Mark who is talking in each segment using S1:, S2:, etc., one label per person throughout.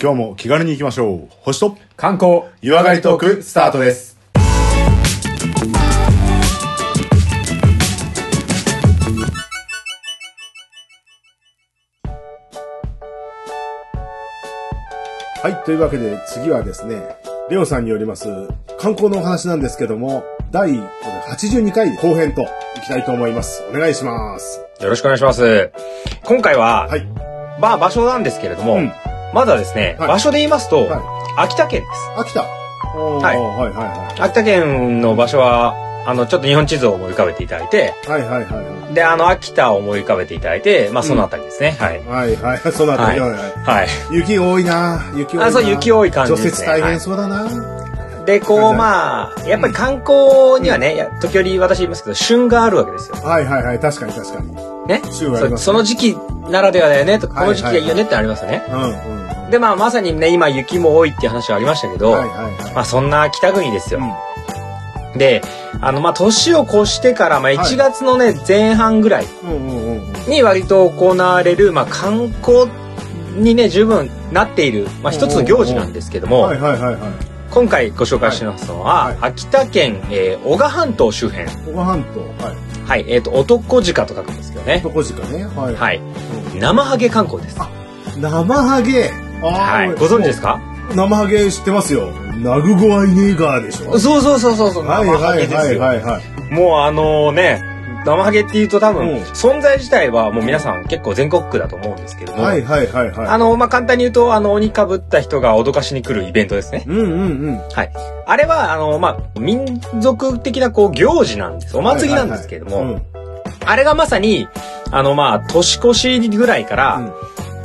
S1: 今日も気軽に行きましょう。星と
S2: 観光
S1: 湯上がりトークスタートです。
S3: はい、というわけで次はですね、レオさんによります観光のお話なんですけども、第82回後編といきたいと思います。お願いします。
S2: よろしくお願いします。今回は、
S3: はい。
S2: まあ場所なんですけれども、
S3: うん
S2: まずはですね、
S3: はい
S2: 場所で言いますと、
S3: は
S2: 秋田県です。
S3: 秋田。おー
S2: はい
S3: はいは
S2: 秋田県の場所は、あの、ちょっと日本地図を思い浮かべていただいて、
S3: いはい。はいはいはいは
S2: で、あの、秋田を思い浮かべていただいて、まあそのあたりですね。はい。
S3: い。はいはい。その後、
S2: は
S3: はいいはい、
S2: はい。
S3: 雪多いな雪多いな
S2: あそう雪多い感じですね
S3: 除雪大変そうだな、
S2: で、こ う、まあ、やっぱり観光にはね、や時折私言いますけど、旬があるわけですよ。
S3: はい、はいはいはい確かに確かに。うん
S2: ね。
S3: 旬はあり
S2: そ
S3: ますね
S2: その時期ならではだよね、とか、こ
S3: はい
S2: の
S3: はい
S2: 時期がいいよねってありますよね。
S3: うん。
S2: で、まあ、まさにね、今雪も多いっていう話はありましたけど、
S3: はいはいはい。
S2: まあ、そんな北国ですよ。
S3: うん
S2: で、あの、まあ、年を越してから、まあ、1月のね、前半ぐらい
S3: うんうんうんうん。
S2: に割と行われる、まあ、観光にね、十分なっている、まあ、一つの行事なんですけども、
S3: はいはいはいはい。
S2: 今回ご紹介しますのは、
S3: はい
S2: 秋田県、えー、男鹿半島周辺。
S3: 小鹿半島。はい。
S2: はい、えっ、と、男鹿と書くんですけどね。
S3: 男鹿ね。はい。
S2: はい。
S3: う
S2: 生ハゲ観光です。
S3: あ生ハゲ。
S2: は。
S3: はい
S2: ご存知ですか
S3: 生ハゲ知ってますよ。ナグゴアイネーガーでしょ。
S2: そうそうそうそうそう、
S3: はい
S2: 生ハ
S3: は
S2: ゲ
S3: い
S2: で
S3: は
S2: す
S3: い
S2: よ。
S3: はいはい。
S2: もうあのね、生ハゲっていうと多分、
S3: うん
S2: 存在自体はもう皆さん結構全国区だと思うんですけども、
S3: はいはいはい
S2: あ
S3: は
S2: の、まあ、簡単に言うと、あの、鬼かぶった人が脅かしに来るイベントですね
S3: い。。うんうんうん。
S2: あれは、あの、まあ、民族的なこう行事なんです。お祭りなんですけど
S3: はいはい
S2: も、あれがまさに、あの、まあ、年越しぐらいから、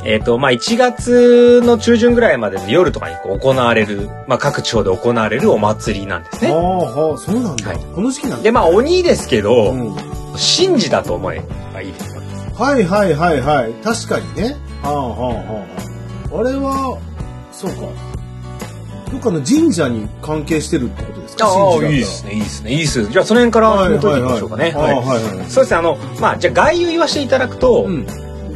S2: えっと、まあ、1月の中旬ぐらいまでの夜とかにこう行われる、まあ、各地方で行われるお祭りなんです
S3: はい。
S2: ね。
S3: ああ、はあそうなん
S2: は
S3: だ。
S2: い
S3: この時期なんだ。
S2: で、まあ、鬼ですけど、
S3: うん
S2: 神事だと思えばいいです。
S3: はいはいはいはい。確かにね。はあはあはあ。あれは、そうか。どっかの神社に関係してるってことですか
S2: ああ、いい
S3: 神
S2: で
S3: 社
S2: すね、いいですね、いいです。じゃあ、その辺から
S3: だっ
S2: 紐
S3: た
S2: 解
S3: ら
S2: いていきましょうかね。
S3: ああ
S2: はい
S3: はいはい。
S2: そうですね、あの、まあ、じゃあ、概要言わせていただくと、
S3: うん。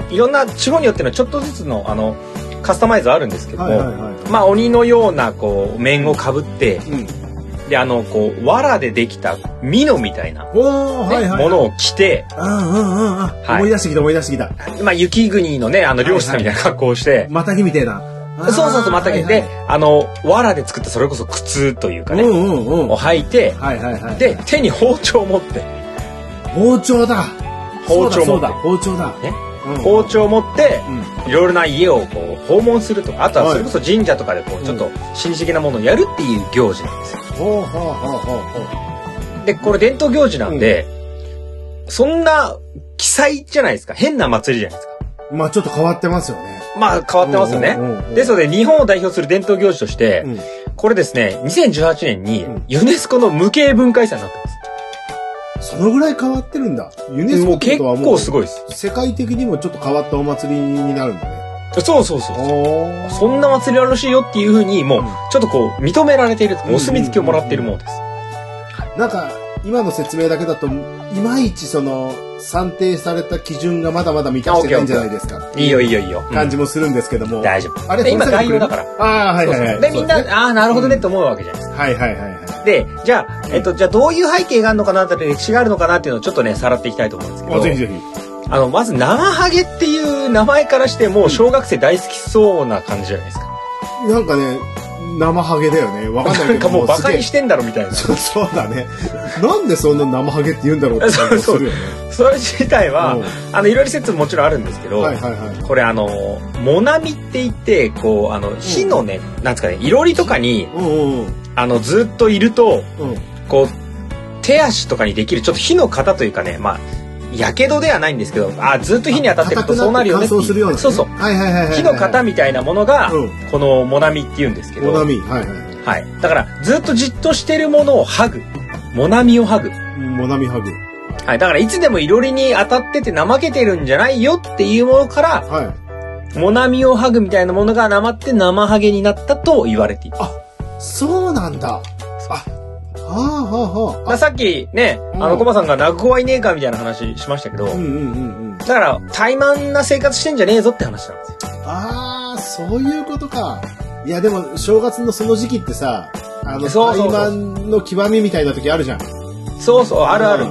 S2: いろんな地方によってのちょっとずつの、あの、カスタマイズはあるんですけども、
S3: はいはいはい。
S2: まあ、鬼のような、こう、面をかぶって、
S3: うん。
S2: で、あの、こう、藁でできた、ミノみたいな、ね
S3: おおはいはい。
S2: ものを着て、
S3: うんうんうんうん。
S2: はい
S3: 思い出してきた思い出してきた。
S2: まあ、雪国のね、あの、漁師さんみたいな格好をして、
S3: またぎみたいな。
S2: そうそうそう、またげて、
S3: はいはい
S2: あの、藁で作った、それこそ靴というかね、
S3: うんうんうん。
S2: を
S3: は
S2: 履いて、
S3: いはいはい。
S2: で、、手に包丁を持って、
S3: 包丁だ。
S2: 包丁
S3: そう
S2: 持
S3: だ、
S2: って
S3: 包丁だ。
S2: ね
S3: うん
S2: 包。丁を持って、
S3: うん。
S2: いろいろな家をこう訪問するとかあとはそれこそ神社とかでこ
S3: は
S2: う
S3: い
S2: ちょっと神事的なものをやるっていう行事なんですよ。
S3: ほうほうほうほうほう。
S2: でこれ伝統行事なんで、そんな記載じゃないですか変な祭りじゃないですか。
S3: まあちょっと変わってますよね。
S2: まあ変わってますよね。
S3: ね
S2: です
S3: よ
S2: ので日本を代表する伝統行事として、
S3: ね。
S2: これですね2018年に
S3: うん
S2: ユネスコの無形文化遺産になってます。
S3: そのぐらい変わってるんだ。ユネス
S2: も
S3: コ
S2: う結
S3: とはもう
S2: 構すごいです。
S3: 世界的にもちょっと変わったお祭りになるんだね。
S2: そうそうそうそう。
S3: お
S2: そんな祭りあるらしいよっていうふうにもう
S3: うん
S2: ちょっとこう認められている
S3: うん
S2: お墨付きをもらっているものです。
S3: なんか、今の説明だけだと、いまいちその、算定された基準がまだまだ満たしてないんじゃないですか。
S2: いいよいいよいいよ。
S3: 感じもするんですけども。
S2: 大丈夫。
S3: あれ
S2: で今
S3: これ
S2: 概要だから。
S3: ああ、はいはいはい。
S2: で、みんな、
S3: そうですね
S2: ああ、なるほどねって思うわけじゃないですか。
S3: はいはいはいはい。
S2: で、じゃあ、えっと、じゃあどういう背景があるのかなとか歴史があるのかなっていうのをちょっとね、さらっていきたいと思うんですけ
S3: あぜひ
S2: ど、
S3: ぜひ。
S2: あの、まず、生ハゲっていう名前からしても、小学生大好きそうな感じじゃないですか。
S3: なんかね、生ハゲだよね。わかんない
S2: な
S3: け
S2: ん
S3: ど。
S2: かもう馬鹿に
S3: し
S2: してんだろみたいな。
S3: そうそうだね。なんでそんな生ハゲって言うんだろうって感じもするよね。
S2: それ自体は
S3: うん、
S2: あの、いろいろ説ももちろんあるんですけど
S3: は、いはいはい。
S2: これあの、モナミって言って、こう、あの、火のね、なんですかね、いろりとかに、
S3: うんうん
S2: あの、ずっといると、
S3: うん。
S2: こう手足とかにできるちょっと火の型というかねまあやけどではないんですけどあずっと火に当たってるとそうなるよねってい
S3: 乾燥するような、
S2: そうそう
S3: はいはいはいはい。
S2: 火の型みたいなものが、
S3: うん
S2: このモナミって言うんですけど、
S3: おなみ。はいはい。
S2: はい、だからずっとじっとしてるものを剥ぐモナミを剥ぐ、
S3: モナミハグ。
S2: はい、だからいつでもいろりに当たってて怠けてるんじゃないよっていうものから
S3: はい。
S2: モナミを剥ぐみたいなものがなまって生ハゲになったと言われている
S3: そうなんだ。あ、はあはあは
S2: まあさっきねあ
S3: う
S2: の
S3: ん
S2: コバさんが「泣く子はいねえか」みたいな話しましたけど、
S3: あ。うんうんうんうん。
S2: だから、怠慢な生活してんじゃねえぞって話なんですよ。
S3: ああ、そういうことか。いや、でも、正月のその時期ってさ、あの、
S2: そうそうそう
S3: マンの極みみたいな時あるじゃん。
S2: そうそう、あるある。
S3: い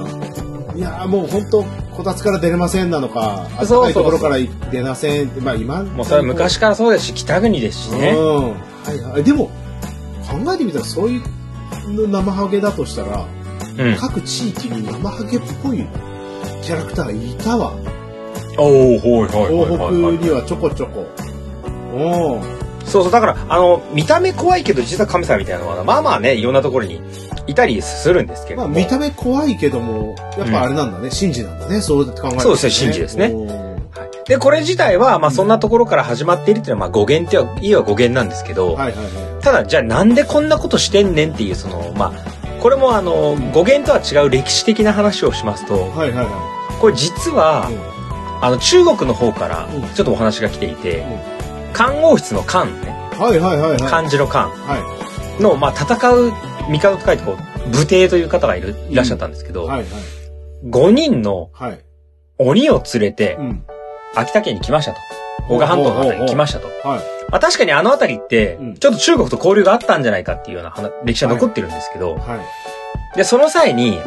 S3: やーもう本当こたつから出れませんなのか、
S2: そ
S3: 暖
S2: うそ
S3: か
S2: う
S3: い
S2: そ
S3: と
S2: う
S3: ころから出なせんって、まあ今
S2: もうそれは昔からそうですし、北国ですし
S3: う
S2: ね。
S3: ん。はいはい。でも、考えてみたらそういう生ハゲだとしたら、
S2: うん。
S3: 各地域に生ハゲっぽいキャラクターがいたわ。
S2: おおほいほ
S3: 東北にはちょこちょこ。う
S2: そうそう、だから、あの、見た目怖いけど、実は神様みたいなのは、まあまあね、いろんなところにいたりするんですけ
S3: ん。
S2: れ
S3: まあ
S2: ども。
S3: 見た目怖いけども、やっぱあれなんだね、神事なんだね、そう考えると、
S2: そうですね神事ですね
S3: うん
S2: はいで、これ自体は、まあそんなところから始まっているっていうのは、まあ語源っては、いいは語源なんですけど、
S3: はいはいはい。
S2: ただ、じゃあなんでこんなことしてんねんっていう、その、まあ、これもあの、語源とは違う歴史的な話をしますと、
S3: はいはいは。、
S2: これ実はいあの、中国の方から
S3: うん、
S2: ちょっとお話が来ていて
S3: うん、
S2: 漢王室の漢ね、
S3: はいはいはいはい。
S2: 漢字の漢
S3: は
S2: の、まあ戦う、帝と書いてこう、武帝という方がいる、いらっしゃったんですけ
S3: い。
S2: ど、
S3: はいはい。
S2: 5人の
S3: はい。
S2: 鬼を連れて
S3: う、ん。
S2: 秋田県に来ましたと。小鹿半島の辺りに来ましたと。
S3: はい。
S2: まあ確かにあの辺りって
S3: うん、
S2: ちょっと中国と交流があったんじゃないかっていうような話歴史は残ってるんですけど、
S3: はい。
S2: で、その際に
S3: ん、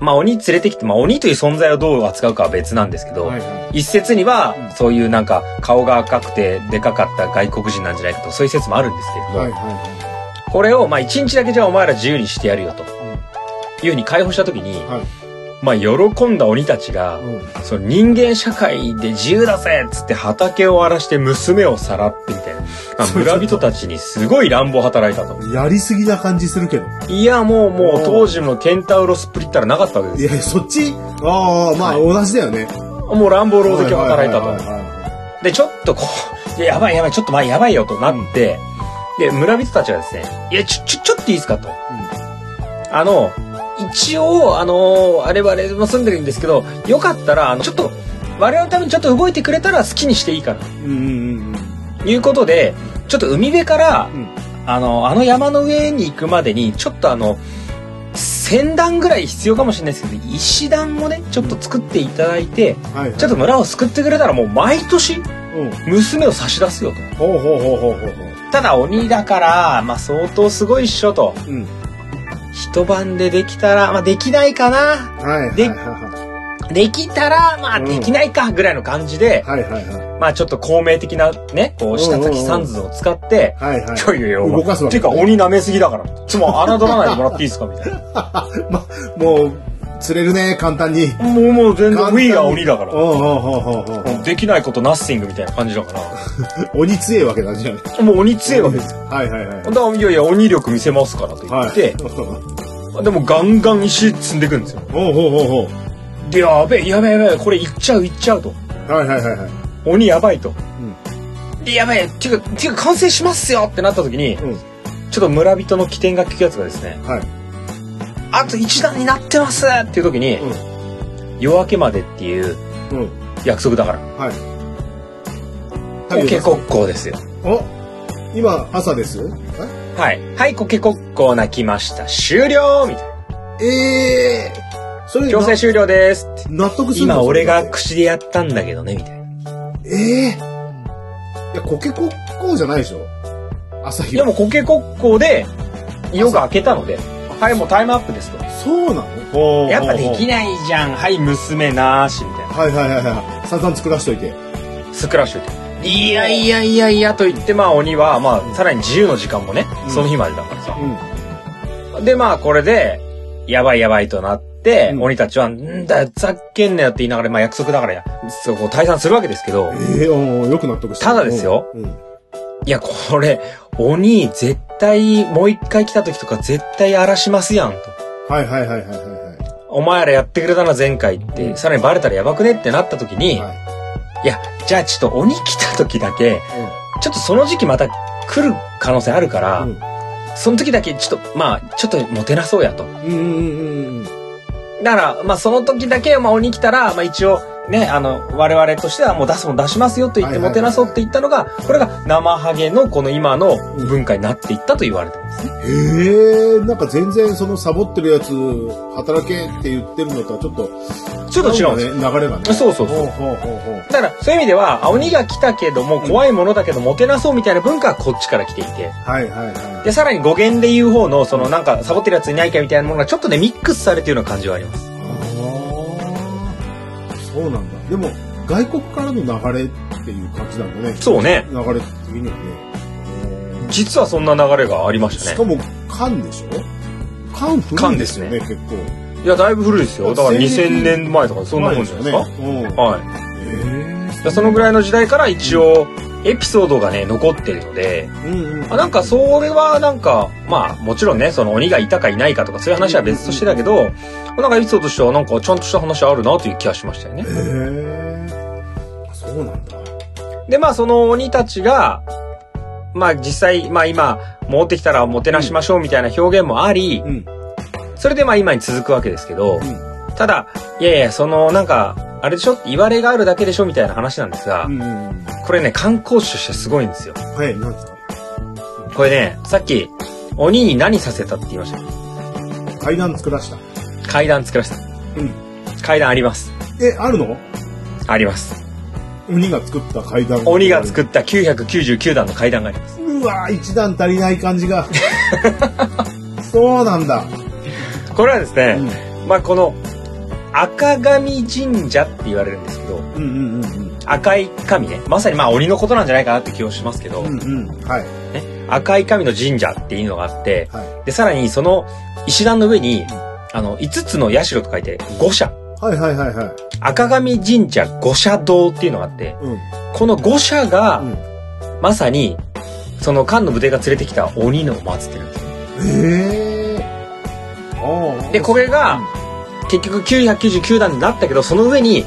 S2: まあ鬼連れてきて、まあ鬼という存在をどう扱うかは別なんですけど、
S3: はいはい。
S2: 一説に
S3: う
S2: は
S3: ん、
S2: そういうなんか顔が赤くてでかかった外国人なんじゃないかと、そういう説もあるんですけれども、
S3: はいはいは
S2: これをまあ一日だけじゃお前ら自由にしてやるよと
S3: い。うん
S2: いうふうに解放した時に、
S3: はい
S2: まあ喜んだ鬼たちが、
S3: うん
S2: その人間社会で自由だぜっつって畑を荒らして娘をさらってみたいな。まあ
S3: そう
S2: 村人たちにすごい乱暴働いたと。
S3: やりすぎな感じするけど。
S2: いや、もうも
S3: お
S2: う
S3: ー
S2: 当時のケンタウロスプリッターなかったわけ
S3: い
S2: です
S3: や、そ
S2: よ。
S3: っちああ、まあ、
S2: はい
S3: 同じだよね。
S2: もう乱暴老跡を働いた
S3: はは
S2: と。
S3: はは
S2: で、ちょっとこう、いややばいやばい、ちょっとまあやばいよとなって、で、村人たちはですね、いや、ちょ、ちょ、ちょっといいですかと。あの、一応、あの、あれはあれも住んでるんですけど、よかったら、あの、ちょっと、我々のためにちょっと動いてくれたら好きにしていいから。
S3: いうんうんうんうん
S2: いうことで、ちょっと海辺から、
S3: うん
S2: あの、あの山の上に行くまでに、ちょっとあの、千段ぐらい必要かもしれないですけど、石段もね、ちょっと作っていただいて、
S3: はいはい。
S2: ちょっと村を救ってくれたらもう毎年
S3: うん。
S2: 娘を差し出すよと。
S3: ほうほうほうほうほうほ
S2: ただ鬼だから、まあ相当すごいっしょと。
S3: う。うん。
S2: 一晩でできたら、まあできないかな。
S3: はいはい
S2: で
S3: は
S2: できたら、まあ
S3: うん
S2: できないか、ぐらいの感じで
S3: い。、はいはいは
S2: まあちょっと公明的なね、こう下先三図を使って、
S3: い。はいはい。
S2: ちょいよいよ、お前
S3: 動かすわ
S2: て
S3: け
S2: いうか鬼舐めすぎだから。つまり侮らないでもらっていいですかみたいな。
S3: もう、釣れるね、簡単に。
S2: もうもう全然、
S3: 簡単
S2: We が鬼だか
S3: おう
S2: ら。
S3: おうほうほうほう
S2: できないことナッシングみたいな感じだから。
S3: 鬼強えわけだじゃん。
S2: もう鬼強いわけです。
S3: はいはいはい。
S2: だからいやいや、鬼力見せますからと言
S3: は
S2: っ
S3: い。
S2: て、でもガンガン石積んでいくんですよ。
S3: おうほうほうほ
S2: で、やべえ、やべえ、やべえ、これいっちゃう、いっちゃうと。
S3: う。はいはいはいはい。
S2: 鬼やばいと。
S3: う
S2: で、やべえ、ていうか、ていうか完成しますよってなった時に、
S3: ん。うん。
S2: ちょっと村人の起点が効くやつがですね、
S3: はい。
S2: あと一段になってますっていう時に、夜明けまでっていう
S3: うん。
S2: 約束だから。
S3: はい。
S2: コケコッコーですよ。
S3: お今、朝ですよ。
S2: はい。はい、コケコッコー泣きました。終了みたいな。
S3: ええー、それ
S2: 強制終了ですって。
S3: な納得するの
S2: 今俺が口でやったんだけどね、みたいな。
S3: ええいや、コケコッコーじゃないでしょ朝日
S2: でもコケコッコーで、夜が明けたので、はい、もうタイムアップですと。
S3: そうなの
S2: やっぱでき
S3: い。
S2: ないじゃん。はい、娘なーし、みたいな。
S3: はいはいはいはい。散々作らしといて。
S2: スクラッシュで。いやいやいやいやと言って、まあ鬼は、まあ、さらに自由の時間もね、
S3: うん
S2: その日までだからさ。
S3: うん。
S2: で、まあ、これで、やばいやばいとなって、
S3: うん
S2: 鬼たちは、んだよ、ざっけんなよって言いながら、まあ約束だからや、そう、こう退散するわけですけど、
S3: ええおーよく納得した。
S2: ただですよ
S3: うん。うん。
S2: いや、これ、鬼、絶対、もう一回来た時とか絶対荒らしますやんと。
S3: はいはいはいはいはい
S2: お前らやってくれたな、前回って、さらにバレたらやばくねってなった時に、
S3: はい。はい
S2: や、じゃあちょっと鬼来た時だけ、ちょっとその時期また来る可能性あるから、
S3: うん
S2: その時だけちょっと、まあ、ちょっともてなそうやと。
S3: い。うん。うんうんうんうん。
S2: だから、まあその時だけ、まあ鬼来たら、まあ一応、ね、あの、我々としてはもう出すもん出しますよと言
S3: はい
S2: って、
S3: はい
S2: も
S3: はい
S2: て
S3: はい
S2: なそうって言ったのが、これが生ハゲのこの今の文化になっていったと言われてますね。
S3: へえ、なんか全然そのサボってるやつ、働けって言ってるのとはちょっと、
S2: ちょっと違うんですよ。
S3: ね。流れがね。
S2: そうそうそう
S3: ほうほうほうほう。
S2: だから、そういう意味では、あ鬼が来たけども、怖いものだけど、もてなそうみたいな文化はこっちから来ていて。
S3: はいはいは
S2: で、さらに語源で言う方の、そのなんか、サボってるやついないかみたいなものが、ちょっとね、ミックスされてるような感じはあります。
S3: い。ああ、そうなんだ。でも、外国からの流れっていう感じなんだね。
S2: そうね。
S3: 流れ的にはね。
S2: 実はそんな流れがありまし
S3: したか
S2: ね。
S3: も、缶でしょ缶古いんですよね、結構。
S2: いや、だいぶ古いですよ。だから2000年前とか、そんなもんじゃないですか。
S3: ね。うん。
S2: はい。
S3: え
S2: でそのぐらいの時代から一応エピソードがね残ってるので
S3: えうんうん。
S2: あなんかそれはなんかまあもちろんねその鬼がいたかいないかとかそういう話は別としてだけどなんかエピソードとしてはなんかちゃんとした話あるなという気がしましたよね
S3: へ。えそうなんだ。
S2: でまあその鬼たちがまあ実際まあ今持ってきたらもてなしましょうみたいな表現もあり
S3: うん。
S2: それでまあ今に続くわけですけど
S3: うん
S2: ただいやいやそのなんかあれでしょ言われがあるだけでしょみたいな話なんですが
S3: うんうんうん。
S2: これね観光地としてすごいんですよ。
S3: はい、なんですか
S2: これね、さっき、鬼に何させたって言いましたね。
S3: 階段作らした。
S2: 階段作らせた。
S3: うん
S2: 階段あります。
S3: え、あるの
S2: あります。
S3: 鬼が作った階段。
S2: 鬼が作った999段の階段があります。
S3: うわー一段足りない感じが。 そうなんだ。
S2: これはです
S3: う
S2: ね、
S3: ん
S2: まあこの、赤神神社って言われるんですけど、
S3: うんうんうん
S2: 赤い神ね。まさにまあ鬼のことなんじゃないかなって気をしますけど、
S3: うん。うんうん。はい。
S2: 赤い神の神社っていうのがあって、
S3: は
S2: で、さらにその石段の上に
S3: ん、
S2: あの、5つの社と書いて、五社。
S3: はいはいはいはい。
S2: 赤神神社五社堂っていうのがあって、
S3: うん。
S2: この五社が、
S3: うん
S2: まさに、その漢の武帝が連れてきた鬼のを祀ってるんです
S3: へ
S2: ね。
S3: え。ああ。
S2: で、これが、結局999段になったけど、その上に、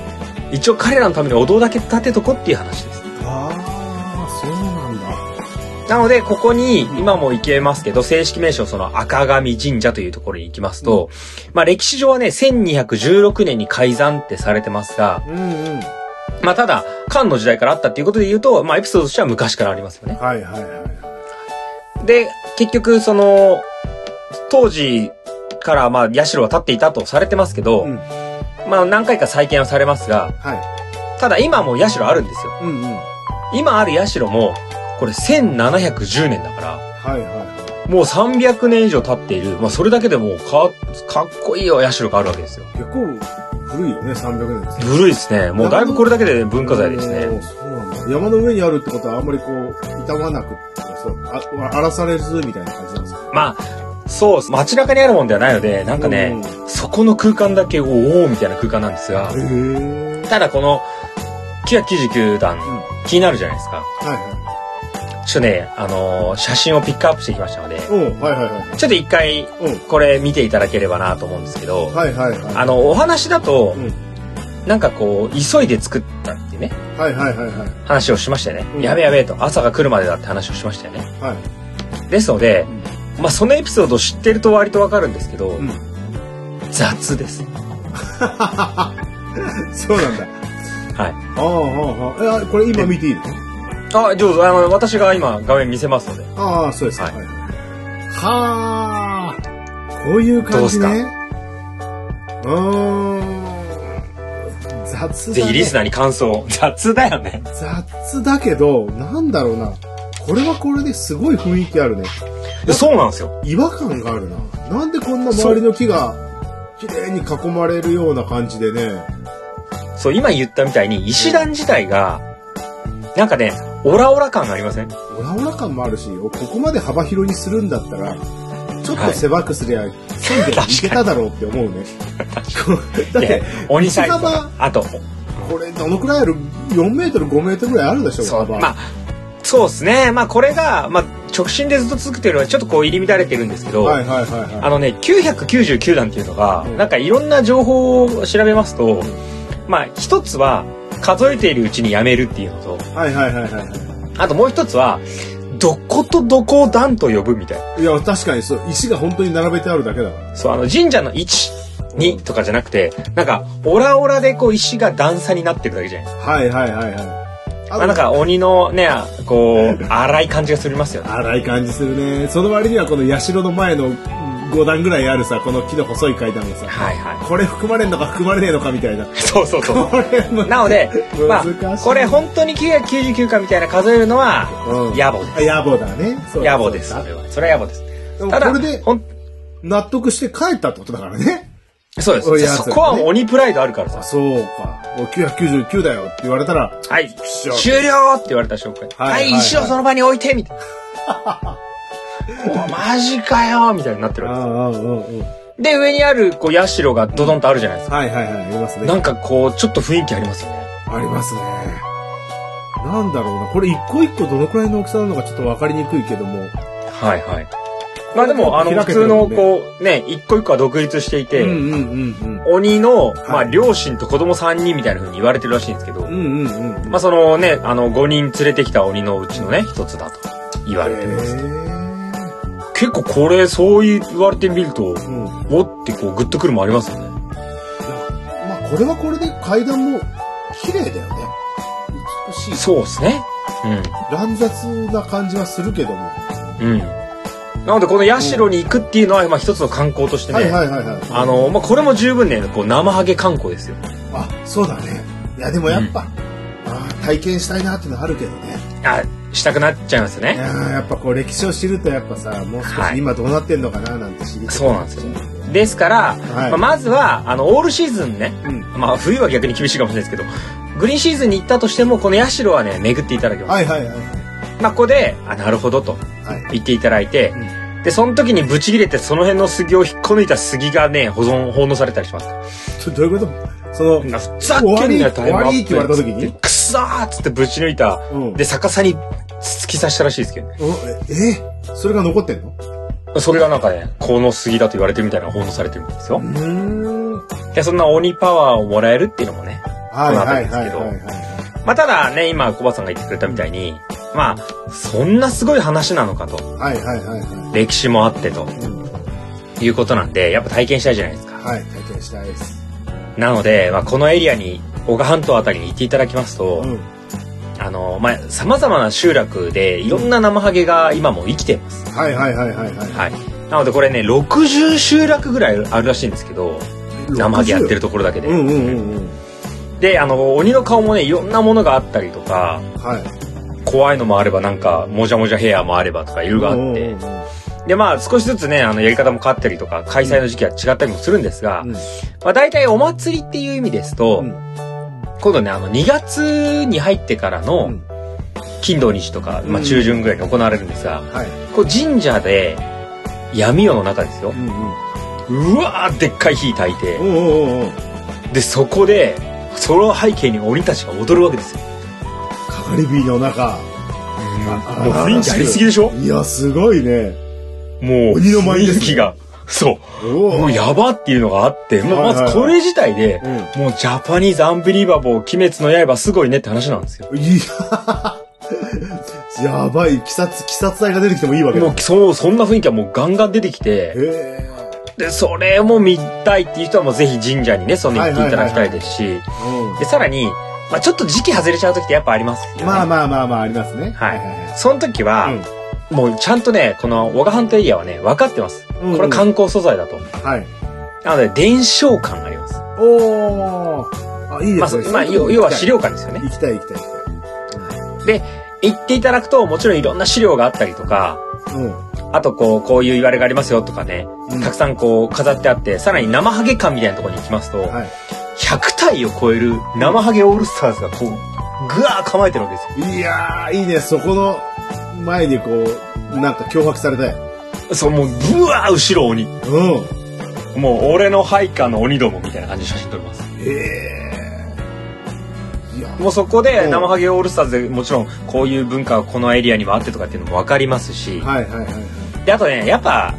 S2: 一応彼らのためにお堂だけ建てとこっていう話です。
S3: ああ、そうなんだ。
S2: なので、ここに、今も行けますけど、正式名称、その赤神神社というところに行きますと、まあ歴史上はね、1216年に改ざんってされてますが、
S3: うんうん。
S2: まあただ、漢の時代からあったっていうことで言うと、まあエピソードとしては昔からありますよね。
S3: はいはいは
S2: で、結局、その、当時から、まあ、社は立っていたとされてますけ
S3: い。
S2: ど、
S3: うん。
S2: まあ、何回か再建はされますが、
S3: は
S2: ただ今も社あるんですよ。
S3: い。うんうん。はい
S2: 今ある社も、これ1710年だから、
S3: はいは
S2: もう300年以上経っている、まあ、それだけでもうか、かっこいいお社があるわけですよ。
S3: い。結構古いよね、300年ですね。
S2: 古いですね。もうだいぶこれだけで文化財です
S3: お
S2: ね。
S3: ーそうなんだ。山の上にあるってことはあんまりこう、傷まなくっていうかそう、あ荒らされずみたいな感じなんですか
S2: まあ、そうです、街中にあるもんではないので、なんかね、そこの空間だけ、おーおーみたいな空間なんですが
S3: うん、へえ。
S2: ただこの、999段
S3: うん。は
S2: 気になるじゃないですか。
S3: いは
S2: ちょっとね、あのー写真をピックアップしてきましたので、
S3: い。うん。はいはいはい。
S2: ちょっと一回
S3: う
S2: これ見ていただければなと思うんですけど、
S3: ん。はいはいはい。
S2: あの、お話だと
S3: う、ん。
S2: なんかこう、急いで作ったっていうね、
S3: はいはいはいはい。
S2: 話をしましたよね。
S3: うん
S2: やべやべと、朝が来るまでだって話をしましたよね。
S3: はい。
S2: ですので
S3: う、ん
S2: まあ、そのエピソードを知ってると割とわかるんですけど、
S3: うん
S2: 雑です。
S3: そうなんだ。
S2: はい。
S3: ああ、ああ、ああ。えあ、これ今見ていいの
S2: あ、どうぞ、あの、私が今画面見せますので。
S3: ああ、そうです。は。
S2: はいい
S3: はあ。こういう
S2: ど
S3: 感
S2: う
S3: じ
S2: すか
S3: ね。うーん。雑だ、ね。
S2: ぜひリスナーに感想、雑だよね。
S3: 雑だけど、なんだろうな。これはこれですごい雰囲気あるね。
S2: そうなんですよ。
S3: 違和感があるな。なんでこんな周りの木が綺麗に囲まれるような感じでね。
S2: そう、今言ったみたいに、石段自体が、なんかね、オラオラ感がありません
S3: オラオラ感もあるし、ここまで幅広にするんだったら、ちょっと狭くすりゃ、住んでいけただろうって思うね。だっ
S2: で
S3: て、、
S2: 鬼サイズと
S3: 道
S2: か
S3: 幅、
S2: あと、
S3: これどのくらいある ?4 メートル、5メートルぐらいあるでしょ
S2: そう、
S3: 幅
S2: まあ、そうですね。まあ、これが、まあ、直進でずっと続くというよりは、ちょっとこう入り乱れてるんですけど、
S3: はいはいはいはい。
S2: あのね、999段っていうのが
S3: うん、
S2: なんかいろんな情報を調べますと、まあ、一つは、数えているうちにやめるっていうのと、
S3: はいはいはいはいは
S2: あともう一つは、どことどこを段と呼ぶみたいな。
S3: い。いや、確かにそう、石が本当に並べてあるだけだから。
S2: そう、あの、神社の位置にとかじゃなくて、なんか、オラオラでこう石が段差になってるだけじゃないですか。
S3: はいはいはいはい。あ
S2: まあ、なんか鬼のね、あこう、荒い感じがすりますよね。
S3: 荒い感じするね。その割にはこの社の前の5段ぐらいあるさ、この木の細い階段がさ、
S2: はいは
S3: これ含まれんのか含まれねえのかみたいな。
S2: い。そうそうそう。
S3: これ も、
S2: なので、まあ
S3: 難し、い
S2: これ本当に999回みたいな数えるのは、
S3: うん
S2: 野暮です。
S3: 野暮だね。そうだ
S2: 野暮です。
S3: そ
S2: そうれ
S3: だ
S2: は。それは野暮です。
S3: でも
S2: ただ、
S3: これで
S2: ほん
S3: 納得して帰ったってことだからね。
S2: そう
S3: そう
S2: で
S3: いうや
S2: す。
S3: つだね
S2: そこは鬼プライドあるからさ。
S3: そうか。お999だよって言われたら、
S2: はい、
S3: よ
S2: 終了って言われた瞬間に、
S3: はい
S2: は
S3: はい
S2: い、石をその場に置いてみたい な。おマジかよみたいになってるわけ
S3: あ
S2: で
S3: あ、うんうん。
S2: す。で、上にある、こう、社がドドンとあるじゃないですか。
S3: はいはいはい、ありますね。
S2: なんかこう、ちょっと雰囲気ありますよね。
S3: ありますね。なんだろうな。これ一個一個どのくらいの大きさなのかちょっとわかりにくいけども。
S2: はいはい。まあでも、あの、
S3: 開
S2: 普
S3: けてる
S2: 通
S3: も
S2: の、
S3: んね
S2: こう、ね、一個一個は独立していて、
S3: うんうんうん
S2: 鬼の、ま
S3: は
S2: あ、
S3: い
S2: 両親と子供3人みたいな風に言われてるらしいんですけど、
S3: うん。うんうんうん。
S2: まあ、そのね、あの、5人連れてきた鬼のうちのね、一つだと言われてます。
S3: へ
S2: 結構これ、そう言われてみると、
S3: ーうん。
S2: おってこう、グッとくるもんありますよね。
S3: まあこれはこれで階段も綺麗だよね。美しい。
S2: そうですね。
S3: 乱雑な感じはするけども。は
S2: うん。うん。なので、この社に行くっていうのは、まあ、一つの観光としてね、
S3: いはいはいはい。
S2: あの、まあ、これも十分ね、こう、生ハゲ観光ですよ。
S3: あ、そうだね。いやでもやっぱ、あー体験したいなってのはあるけどね。
S2: あ、したくなっちゃいますよ
S3: い
S2: ね。
S3: やーやっぱこう歴史を知るとやっぱさ、もう少し
S2: はい
S3: 今どうなってんのかななんて知りたい
S2: そうなんですよ。ですから、
S3: はい
S2: まあ、まずは、あの、オールシーズンね、
S3: うん。
S2: まあ、冬は逆に厳しいかもしれないですけど、グリーンシーズンに行ったとしても、この社はね、巡っていただきます。
S3: はいはいはい。
S2: まあ、ここで、あ、なるほどと
S3: はい。
S2: 言っていただいて、で、その時にブチ切れて、その辺の杉を引っこ抜いた杉がね、保存、奉納されたりします。
S3: ちょどういうことその、
S2: なんかふざけんなよ、
S3: 終わり終わりって言われた時に
S2: くさーっつってぶち抜いた。
S3: うん
S2: で、逆さに突き刺したらしいですけどね。
S3: おえ、えそれが残ってんの
S2: それがなんかね、この杉だと言われてるみたいな奉納されてるんですよ。
S3: ん。
S2: で、そんな鬼パワーをもらえるっていうのもね。
S3: はいはいはいはいはい。
S2: まあ、ただね、今、コバさんが言ってくれたみたいに、まあ、そんなすごい話なのかと。
S3: はいはいはいは
S2: 歴史もあってと
S3: い。うんは
S2: いうことなんで、やっぱ体験したいじゃないですか。
S3: い、体験したいです。
S2: なので、まあ、このエリアに、小鹿半島あたりに行っていただきますと、
S3: うん。
S2: あの、まあ、様々な集落で、いろんな生ハゲが今も生きてます。
S3: はいはいはいはいはい。
S2: はい。なのでこれね、60集落ぐらいあるらしいんですけど、生ハゲやってるところだけで。
S3: うんうんうんうん。
S2: で、あの、鬼の顔もね、いろんなものがあったりとか、
S3: はい。
S2: 怖いのもあれば、なんか、もじゃもじゃヘアもあればとか、いろいろあ
S3: うん
S2: っ
S3: うん
S2: て。で、まあ、少しずつね、あの、やり方も変わったりとか、開催の時期は違ったりもするんですが、
S3: うん
S2: まあ、大体お祭りっていう意味ですと、
S3: うん
S2: 今度ね、あの、2月に入ってから
S3: う
S2: の
S3: ん、
S2: 金土日とか、まあ、中旬ぐらいに行われるんですが、
S3: はい。
S2: こう神社で闇夜の中ですよ
S3: う、んうん。
S2: うわーでっかい火焚いて、
S3: うんうんうんうん。
S2: でそこでその背景に鬼たちが踊るわけですよ、
S3: かかり火の中。
S2: もう雰囲気ありすぎでしょ
S3: いや、すごいね。
S2: もう
S3: 鬼の舞ですね
S2: 雰囲気がそ
S3: お
S2: うも
S3: お。
S2: うやばっていうのがあって、まあ
S3: はいはいはい
S2: まずこれ自体で、
S3: うん。
S2: もうジャパニーズアンビリーバボー鬼滅の刃すごいねって話なんですよ
S3: いや、やばい。鬼殺、鬼殺隊が出てきてもいいわけだ。
S2: も
S3: へ
S2: うそうそんな雰囲気はもうガンガン出てきて
S3: え。
S2: でそれも見たいっていう人はもうぜひ神社にねその行っていただきたいですし、
S3: うん
S2: で、さらに、まあ、ちょっと時期外れちゃう時ってやっぱありますよね。
S3: まあまあまあまあ、ありますね。
S2: はい
S3: い
S2: その時は、
S3: うん
S2: もうちゃんとね、この小賀半島エリアはね、分かってます。
S3: うんうん
S2: これ観光素材だと。
S3: はい。はい。
S2: なので、伝承館があります。
S3: おー。あ、いい
S2: ま
S3: で
S2: あ
S3: す
S2: そう
S3: ね。、
S2: まあ、要要は資料館ですよね。
S3: 行きたい行きたい行
S2: 行っていただくと、もちろんいろんな資料があったりとか、
S3: きたい。うん。
S2: あとこう、こういう言われがありますよとかね、
S3: うん
S2: たくさんこう飾ってあって、さらに生ハゲ館みたいなところに行きますと、
S3: はい。
S2: 100体を超える生ハゲオールスターズがこう、ぐわー構えてるわけです
S3: いやー、いいね。そこの前にこう、なんか脅迫されたい。
S2: よ。そう、もう、ぐわー後ろ鬼。
S3: うん。
S2: もう俺の配下の鬼どもみたいな感じで写真撮ります。
S3: えー。いや、
S2: もうそこ
S3: う
S2: で
S3: ん
S2: 生ハゲオールスターズでもちろんこういう文化がこのエリアにもあってとかっていうのもわかりますし、
S3: はいはいはいは
S2: であとねやっぱ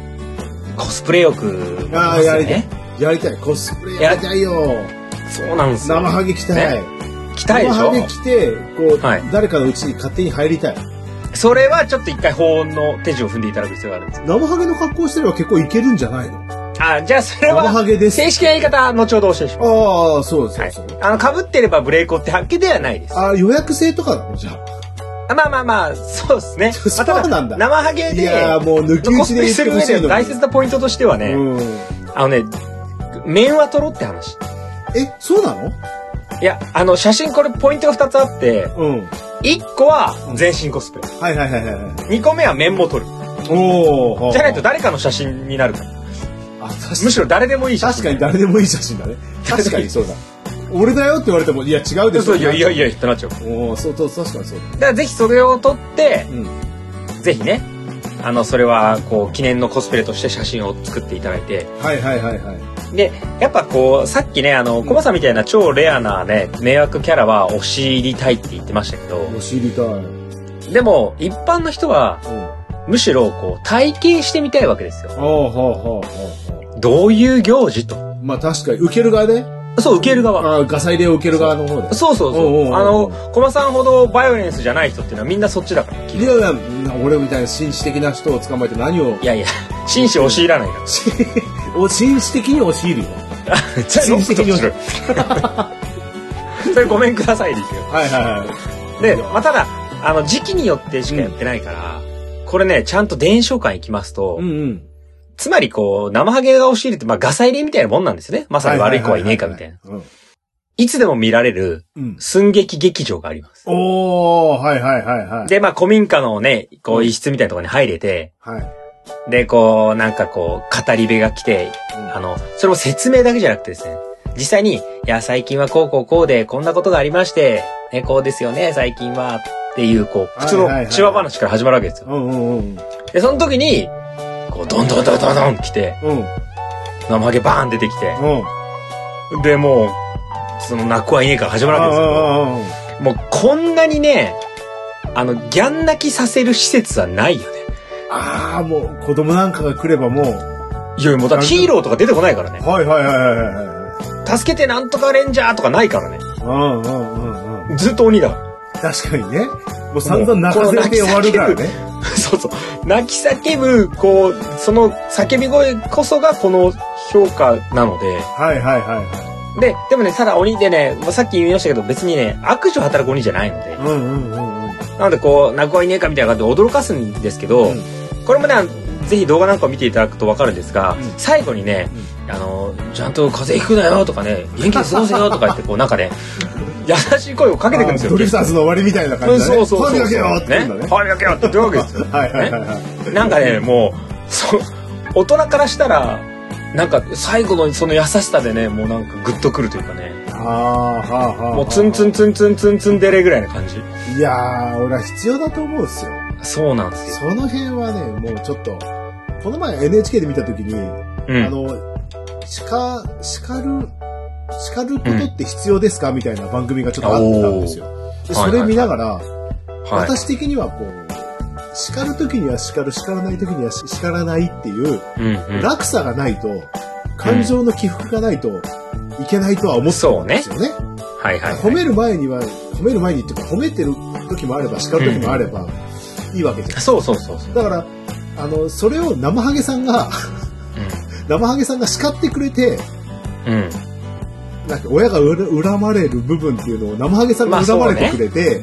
S2: コスプレ欲もあります
S3: あーや
S2: よ
S3: りたい
S2: ね。
S3: い。やりたい。コスプレやりたいよ。
S2: そうなんですよ。
S3: 生ハゲ着たい。
S2: 着たいでし
S3: 生ハゲ
S2: ょ。
S3: 着て、こう、
S2: はい
S3: 誰かのうちに勝手に入りたい。
S2: それはちょっと一回保温の手順を踏んでいただく必要があるんですよ。
S3: 生ハゲの格好してれば結構いけるんじゃないの
S2: あ、じゃあそれ
S3: 生ハ
S2: は、
S3: ゲです。
S2: 正式な言い方は後ほどお教えしま
S3: ああ、そうです、
S2: す。
S3: そうで
S2: は
S3: す
S2: い。あの、被ってればブレイクってわけではないです。
S3: ああ、予約制とかなのじゃあ。
S2: あまあまあまあ、そうです ね。
S3: そう
S2: まあた
S3: なんだ
S2: 生ハゲ
S3: い
S2: で、
S3: やーもう抜き
S2: コ
S3: 打
S2: ス
S3: ちで
S2: プレ
S3: 言っ
S2: す
S3: て
S2: る
S3: ほ
S2: 上
S3: しいの
S2: で
S3: に。
S2: の大切なポイントとしてはね、
S3: うん。
S2: あのね、面は取ろうって話。
S3: え、そうなの
S2: いや、あの、写真これポイントが2つあって、
S3: うん。
S2: 1個は全身コスプレ。
S3: はいはいはいはい。
S2: 2個目は面も取る。
S3: おお。
S2: じゃないと誰かの写真になるから。
S3: あ、確か
S2: むしろ誰でもいい
S3: に。
S2: 写
S3: 確
S2: 真。
S3: かに誰でもいい写真だね。確かにそうだ。俺だよって言われても、いや違うでしょ。
S2: そういやいやいやってなっちゃう。だか
S3: おお、そう、そう確かにそうだ。
S2: らぜひそれを撮って、
S3: うん。
S2: ぜひね、あの、それは、こう、記念のコスプレとして写真を作っていただいて。
S3: はいはいはいはい。
S2: で、やっぱこう、さっきね、あの、コバさんみたいな超レアなね、迷惑キャラは押し入りたいって言ってましたけど、
S3: お知りたい。うん。
S2: でも、一般の人は、
S3: あ
S2: むしろ、こう、体験してみたいわけですよ。
S3: あ、はあはあは
S2: どういう行事と。
S3: あ。まあ確かに、受ける側ね。
S2: そう、受ける側。
S3: ああ、ガサ入れを受ける側の方で。
S2: そうそう
S3: おうおうお
S2: そうう。あの、コバさんほどバイオレンスじゃない人っていうのはみんなそっちだから。
S3: いやいや、俺みたいな紳士的な人を捕まえて何を
S2: い、やいや、紳士押し入らないから。
S3: し お紳士的に押し入るよ。
S2: じゃあ、ノックと
S3: 紳士
S2: する。それごめんくださいですよ。
S3: はいはいはい。
S2: で、まあ、ただ、あの、時期によってしかやってないから、これね、ちゃんと伝承館行きますと、
S3: うんうん。
S2: つまりこう、生ハゲが押し入るって、まあ、ガサ入れみたいなもんなんですよね。まさに悪い子はいねえかみたいな。
S3: はははは。
S2: いつでも見られる、
S3: うん。うん
S2: 寸劇劇場があります。
S3: おー、はいはいはいはい。
S2: で、まあ、古民家のね、こ
S3: う
S2: う、
S3: ん
S2: 一室みたいなところに入れて、
S3: はい。
S2: で、こう、なんかこう、語り部が来て、あ
S3: あ
S2: の、それも説明だけじゃなくてですね、実際に、いや、最近はこうこうこうで、こんなことがありまして、ね、こうですよね、最近は、っていう、こう、普通
S3: はいはい
S2: の
S3: はい
S2: チワ話から始まるわけですよ。
S3: うんうんうん。
S2: で、その時に、こう、どんどんどんどんどん来て、
S3: うん。
S2: 生ハゲバーン出てきて、
S3: うん。
S2: で、もう、その泣くはいねえから始まるわけで
S3: あ
S2: すけど、もうこんなにね、あの、ギャン泣きさせる施設はないよね。
S3: ーあー、もう子供なんかが来ればもう。
S2: いや、もうだってヒーローとか出てこないからね。
S3: はいはいはいはいはいはい。
S2: 助けてなんとかレンジャーとかないからね。
S3: うんうんうんうん。
S2: ずっと鬼だか
S3: 確かにね。もう散々泣かせて終わるからね。
S2: ら。 そうそう。泣き叫ぶ、こう、その叫び声こそがこの評価なので。
S3: はいはいはいは
S2: で、でもね、ただ鬼でね、もうさっき言いましたけど、別にね、悪女働く鬼じゃないので
S3: い。。うんうんうんうん。
S2: なのでこう、泣くはいねえかみたいな感じで驚かすんですけど、
S3: うん
S2: これもね、あのぜひ動画なんかを見ていただくとわかるんですが、
S3: うん
S2: 最後にね、あの、ちゃんと風邪ひくなよとか ね、元気に過ごせよとか言って、こうなんかね、優しい声をかけてくるんですよ。
S3: ドリフターズの終わりみたいな感
S2: うん
S3: じだね。
S2: そうそうそう。
S3: 声かけろって言うんだね。
S2: 声かけようって言うわけですよ。
S3: はいはいはいはい。
S2: なんかね、もう、そう、大人からしたら、なんか最後のその優しさでね、もうなんかグッとくるというかね、
S3: あーはあはあはあ。
S2: もうツンツンツンツンツンツンデレぐらいな感じ。
S3: いやー、俺は必要だと思うんですよ。
S2: そうなんですよ。
S3: その辺はね、もうちょっと、この前 NHK で見たときに、
S2: う
S3: あ
S2: ん。
S3: の、叱、叱る、叱ることって必要ですか、みたいな番組がちょっとあったんですよ。で
S2: は
S3: そ
S2: いはい
S3: れ見ながら、
S2: はい。
S3: 私的にはこう、叱るときには叱る、叱らないときには叱らないっていう、
S2: うんうん
S3: 落差がないと、感情の起伏がないと、いけないとは思ってたんですよね。
S2: はいはい、
S3: 褒める前には、褒める前にっていうか、褒めてる時もあれば、叱る時もあれば、いいわけじゃん。
S2: そうそうそうそう。
S3: だから、あの、それを生ハゲさんが、生ハゲさんが叱ってくれて、
S2: うん。
S3: なんか親がうら恨まれる部分っていうのを生ハゲさん
S2: ま
S3: が
S2: あ
S3: 恨まれてくれて、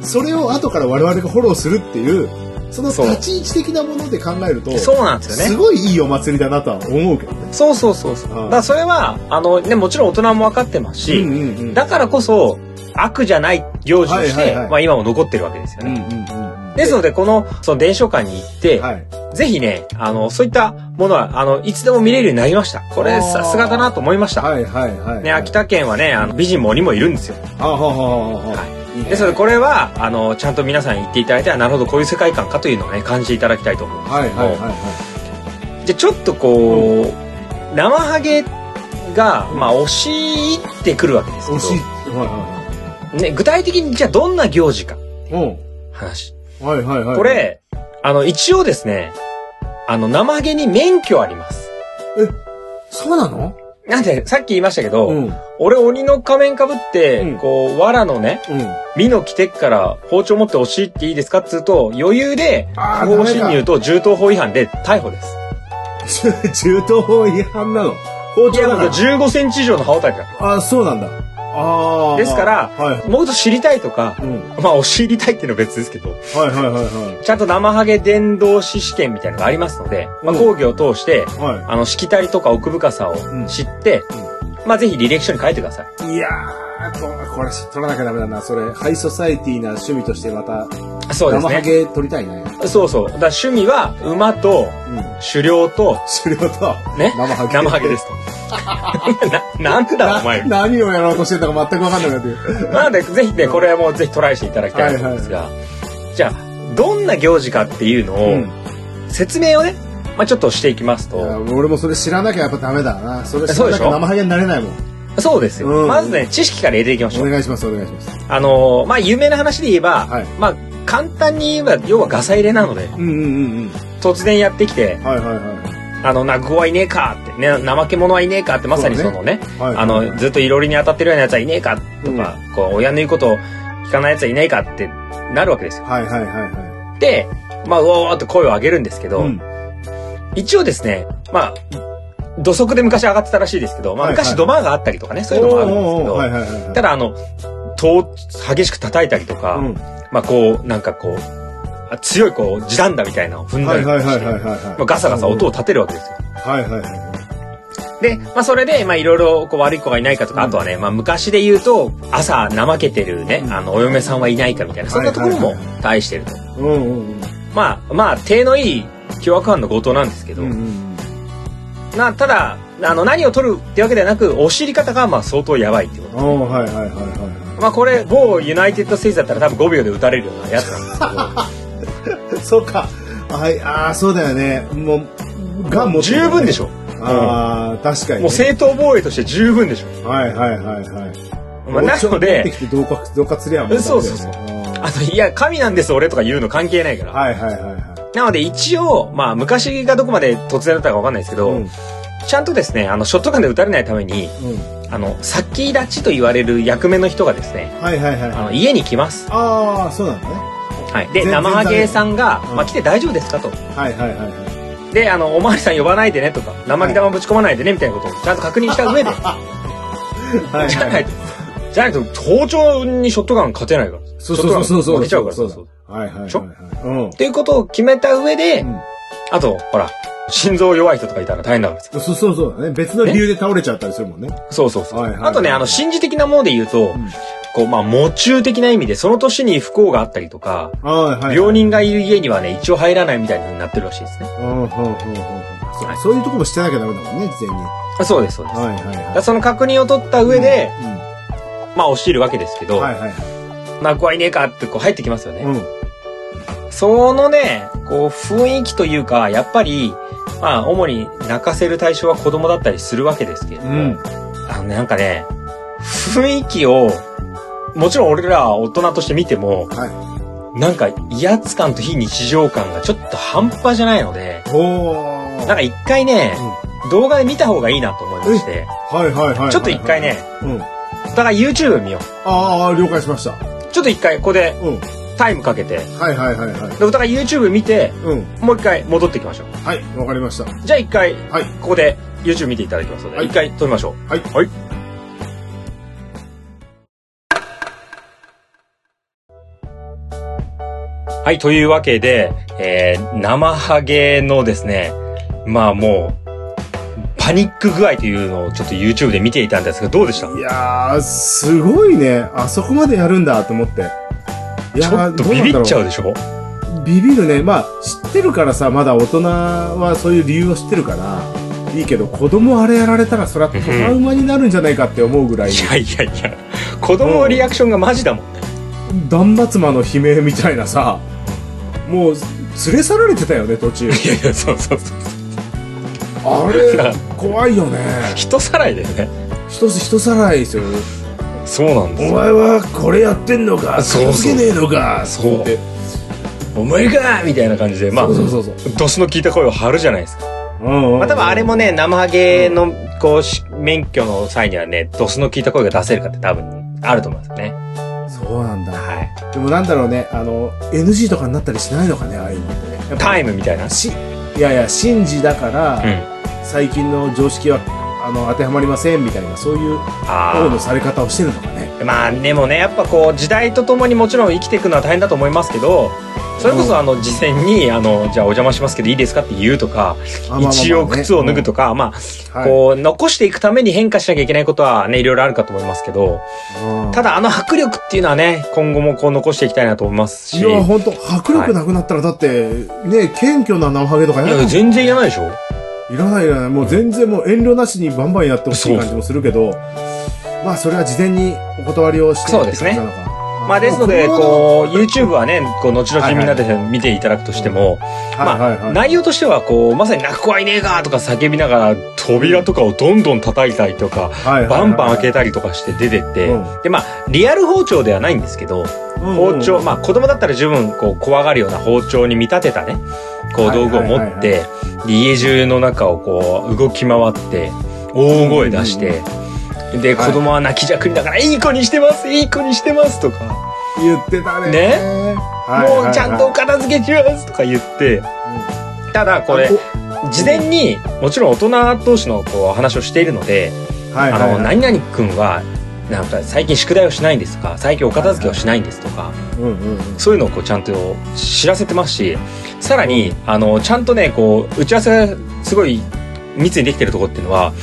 S3: それを後から我々がフォローするっていう、その
S2: そう
S3: 立ち位置的なもので考えると、
S2: そうなんですよ
S3: す
S2: ね。
S3: ごいいいお祭りだなとは思うけどね。
S2: そうそうそうそ
S3: うん
S2: う。だからそれは、あの、ね、もちろん大人も分かってますし、
S3: うんうんうん。
S2: だからこそ、悪じゃない行事として、
S3: はいはいはい
S2: まあ今も残ってるわけですよ
S3: うんうん
S2: ね。
S3: うんうん。
S2: ですので、この、その伝承館に行って、
S3: はい。
S2: ぜひね、あの、そういったものは、あの、いつでも見れるようになりました。こ
S3: あ
S2: れ、
S3: ー
S2: さすがだなと思いました。
S3: はいはいはい。
S2: ね、秋。田県はね、あの美人も鬼もいるんですよ。
S3: あははははは。いいね
S2: ですので、これは、あの、ちゃんと皆さんに言っていただいて、あなるほど、こういう世界観かというのをね、感じていただきたいと思うんです
S3: はい
S2: けども、
S3: はいはいはい。
S2: でちょっとこう、生ハゲが、まあ、押し入ってくるわけです
S3: 惜しい。
S2: け
S3: は
S2: ど、ね、具体的にじゃあどんな行事か
S3: いはいはい。
S2: 話
S3: うん。はいはいはい。
S2: こ、れあの一応ですねあの生ハゲに免許あります
S3: そうなの
S2: なんでさっき言いましたけど、
S3: うん。うん。
S2: 俺鬼の仮面かぶって、
S3: うん
S2: こう藁のね身の着てっから包丁持って押し入っていいですかっつうと余裕で
S3: あー
S2: 不法侵入と銃刀法違反で逮捕です
S3: 中東法違反なの包
S2: いや、
S3: 丁だ
S2: だ
S3: か
S2: から
S3: ら。
S2: 15センチ以上の刃渡りだか
S3: あ、そうなんだ。ああ。
S2: ら。ですから、
S3: はい。
S2: もっと知りたいとか
S3: う、ん。
S2: まあ、お知りたいっていうのは別ですけど、
S3: はいはいはいは
S2: ちゃんと生ハゲ伝導師試験みたいなのがありますので、まあ、
S3: うん
S2: 講義を通して、
S3: い。は
S2: あの、しきたりとか奥深さを
S3: ん
S2: 知って、まあ、ぜひ履歴書に書いてください。
S3: い。いやー、ここれ取らなきゃダメだな。それ、ハイソサイティな趣味としてまた、
S2: そうです
S3: 生ハ
S2: ね。
S3: ゲ取りたいね。
S2: そうそう。だから趣味は、馬と、
S3: うん。
S2: 狩猟と、
S3: 終了と、
S2: ね
S3: 生ハゲ。
S2: 生ハゲです と。な、なんだお前。
S3: な何をやろうとしてるのか全く分かんなくなってくる。
S2: なので、ぜひね、これはもうぜひトライしていただきたいと思うんですが、じゃあ、どんな行事かっていうの
S3: う
S2: を、説明をね、まあちょっとしていきます
S3: いや
S2: と、
S3: 俺もそれ知らなきゃやっぱダメだな。それ知
S2: そう
S3: らな
S2: でし
S3: きゃ
S2: ょ
S3: 生ハゲになれないもん。
S2: そうです
S3: う
S2: よ。
S3: ん
S2: まずね、知識から入れていきましょ
S3: お
S2: う。
S3: 願いします、お願いします。
S2: あのー、まあ有名な話で言えば
S3: はい、
S2: まあ簡単に言えば、要はガサ入れなので、
S3: うんうんうんうん。
S2: 突然やってきて、
S3: はいはいはい。
S2: あの、な、具はいねえかって、ね、怠け者はいねえかって、まさにそのね、
S3: はい、
S2: あの、ずっといろりに当たってるようなやつはいねえかとか、こう、親の言うことを聞かないやつはいねえかってなるわけですよ。
S3: はいはいはいは
S2: で、まあ、うわーって声を上げるんですけ
S3: い。
S2: ど、
S3: うん。
S2: 一応ですね、まあ、土足で昔上がってたらしいですけど、まあ、
S3: はいはい
S2: 昔土間があったりとかね、そういうのもあるんです
S3: お
S2: け
S3: ーおーおーはい
S2: ど、
S3: はいはいはい。
S2: ただ、あの、戸を激しく叩いたりとか、
S3: うん
S2: まあ、こう、なんかこう、あ強いこう、地団打みたいなのを踏んだ
S3: はい
S2: りと
S3: はい
S2: か
S3: は
S2: し
S3: い
S2: て、
S3: はいはい
S2: ま
S3: はい。
S2: あガサガサ音を立てるわけですよ。
S3: はいはいはい。
S2: で、まあ、それで、まあ、いろいろ、こう、悪い子がいないかとか、あとはね、まあ、昔で言うと、朝、怠けてるね
S3: う、ん
S2: あの、お嫁さんはいないかみたいな、そんなところ
S3: はい
S2: も
S3: はいは
S2: 対してると。
S3: うんうんうん。
S2: まあ、まあ、手のいい、凶悪犯の強盗なんですけど、
S3: うんうん
S2: な、ただ、あの、何を取るってわけではなく、お尻方が、まあ、相当やばいっていうこ
S3: うん。おーはいはいはいは
S2: と。まあ、これ、某ユナイテッドステージだったら多分5秒で打たれるようなやつなんですけど、
S3: い。そうか。はい、ああ、そうだよね。もう、ガン持ってる
S2: 十分でしょ。
S3: ああ、確かにね。
S2: もう正当防衛として十分でしょ。
S3: はいはいはいはい。
S2: まあ、なの
S3: 包丁持って
S2: で、
S3: きて同化、同化すりゃもうダメだよね。
S2: そうそうそ
S3: あ
S2: あの、いや、神なんです俺とか言うの関係ないか
S3: ー
S2: ら。
S3: はいはいはいはい。
S2: なので、一応、まあ、昔がどこまで突然だったかわかんないですけど、
S3: うん。
S2: ちゃんとですね、あの、ショットガンで撃たれないために、
S3: うん
S2: あの、先立ちと言われる役目の人がですね、
S3: はいはいはい。
S2: あの、家に来ます。
S3: ああ、そうなんだね。
S2: はい。で、
S3: 全然
S2: 生ハゲさんが、
S3: うん
S2: まあ、来て大丈夫ですかと。
S3: はいはい はいはい。
S2: で、あの、おまわりさん呼ばないでねとか、生ハゲ玉ぶち込まないでねみたいなことをちゃんと確認した 上で、
S3: はい
S2: じゃ
S3: は
S2: ない
S3: い。
S2: と、じゃないと、包丁にショットガン勝てないから。
S3: そうそうそうそう。
S2: 負けちゃうから
S3: そうそうそう。はいはいはいはい。
S2: ちょ
S3: うん
S2: っ。ていうことを決めた上で、
S3: うん
S2: あと、ほら、心臓弱い人とかいたら大変だからです。
S3: そうそうそうだね。別の理由で倒れちゃったりするもんね。
S2: そうそうそう。
S3: はいはいはい
S2: あとね、あの、心理的なもので言うと、
S3: ん
S2: こう、まあ、喪中的な意味で、その年に不幸があったりとか、
S3: はいはいはい。
S2: 病人がいる家にはね、一応入らないみたいになってるらしいですね。
S3: うん。うんうんうんうん
S2: はい
S3: そうそういうとこもしてなきゃダメだもんね、事前に。
S2: あそうです、そうです。だか
S3: はいはいは
S2: らその確認を取った
S3: い。
S2: 上で、
S3: うん、うん
S2: まあ、教えるわけですけど、
S3: はいはいは
S2: 泣くはいねえかってこう入ってきますよ
S3: い。
S2: ね。
S3: うん。
S2: そのね、こう、雰囲気というか、やっぱり、まあ、主に泣かせる対象は子供だったりするわけですけれども、
S3: うん
S2: あのね、なんかね、雰囲気を、もちろん俺ら大人として見ても、
S3: は
S2: なんか威圧感と非日常感がちょっと半端じゃないので、
S3: い。おー。
S2: なんか一回ね、動画で見た方がいいなと思いまして、
S3: はいはいはいはい。
S2: ちょっと一回。ね、
S3: うん。
S2: お互い YouTube 見よ
S3: ああ、了解しました。
S2: う。ちょっと一回ここで
S3: うん。
S2: タイムかけて、
S3: はいはいはいはい。
S2: でお互い YouTube 見て、
S3: うん。
S2: もう一回戻ってきましょう。
S3: はい、わかりました。
S2: じゃあ一回、
S3: はい
S2: ここで YouTube 見ていただきますので、一、
S3: はい
S2: 回撮りましょう。
S3: はい
S2: はい。はい、というわけで、えー、生ハゲのですね、まあもう、パニック具合というのをちょっと YouTube で見ていたんですが、どうでした
S3: いやー、すごいね。あそこまでやるんだと思って。い
S2: ちょっとビビっちゃうでしょ
S3: う。ビビるね。まあ、知ってるからさ、まだ大人はそういう理由を知ってるから、いいけど、子供あれやられたら、そりゃトラウマになるんじゃないかって思うぐらい、
S2: いやいやいや、子供のリアクションがマジだもんね。
S3: 断末魔の悲鳴みたいなさ、もう、連れ去られてたよね、途中。
S2: いやいや、そうそうそう。
S3: あれ、怖いよね。
S2: 人さらいだよね。
S3: 人、人さらいですよ。
S2: そうなんです
S3: お
S2: よ。
S3: 前はこれやってんのか、
S2: そうそう
S3: 片付けねえのか、
S2: そう
S3: って。
S2: お前かみたいな感じで、まあ、
S3: そうそうそうそう。
S2: ドスの効いた声を張るじゃないですか。
S3: うんうん
S2: まあ、多分あれもね、生ハゲの、こうし、免許の際にはね、ドスの効いた声が出せるかって多分、あると思うんですよね。
S3: そうなんだ。
S2: はい。
S3: でもなんだろうね、あの、NG とかになったりしないのかね、ああいうのってね。やっぱ
S2: タイムみたいな。
S3: し、いやいや神事だから、
S2: うん。
S3: 最近の常識はあの当てはまりませんみたいなそういう王の
S2: あ
S3: され方をしてるのかね
S2: あ。まあでもね、やっぱこう、時代とともにもちろん生きていくのは大変だと思いますけど、それこそあの、事前に、あの、じゃあお邪魔しますけどいいですかって言うとか、一応靴を脱ぐと
S3: か、
S2: か、まあ、
S3: はい
S2: こう、残していくために変化しなきゃいけないことはね、いろいろあるかと思いますけど、
S3: うん
S2: ただあの迫力っていうのはね、今後もこう残していきたいなと思いますし。
S3: いや本当迫力なくなったらだって、ね謙虚ななおはげとか
S2: い
S3: やらな
S2: や
S3: い
S2: 全然いらないでしょ
S3: いらないいらないもう全然もう遠慮なしにバンバンやってほしい感じもするけどまあそれは事前にお断りをして
S2: そうですね
S3: って感じなのか
S2: まあですので、
S3: うん
S2: こう、YouTube はね、こう、後々
S3: はいはい
S2: みんなで見ていただくとしても、まあ
S3: はいはいはい
S2: 内容としては、こう、まさに泣く子はいねえがとか叫びながら、扉とかをどんどん叩いたりと
S3: は
S2: か、
S3: いはいはい
S2: バンバン開けたりとかして出てって、
S3: うん
S2: で、まあ、リアル包丁ではないんですけど、
S3: うん
S2: 包丁、まあ、子供だったら十分、こう、怖がるような包丁に見立てたね、こう、道具を持
S3: はいは
S2: っ
S3: いはい
S2: て、で家中の中をこう、動き回って、大声出して、で、
S3: はい
S2: 子供は泣きじゃくりだから、いい子にしてますいい子にしてますとか、
S3: 言ってたね
S2: ね
S3: はいはいはい
S2: もうちゃんとお片付けしますとか言って、ただこれ、事前に、もちろん大人同士のこう、話をしているので、
S3: はいは
S2: あ
S3: い
S2: の、
S3: はい
S2: 何々くんは、なんか最近宿題をしないんですとか、最近お片付けをしないんですとか、
S3: うんうんうん
S2: そういうのをこうちゃんと知らせてますし、さらに、あの、ちゃんとね、こう、打ち合わせがすごい密にできてるところっていうのは、
S3: はい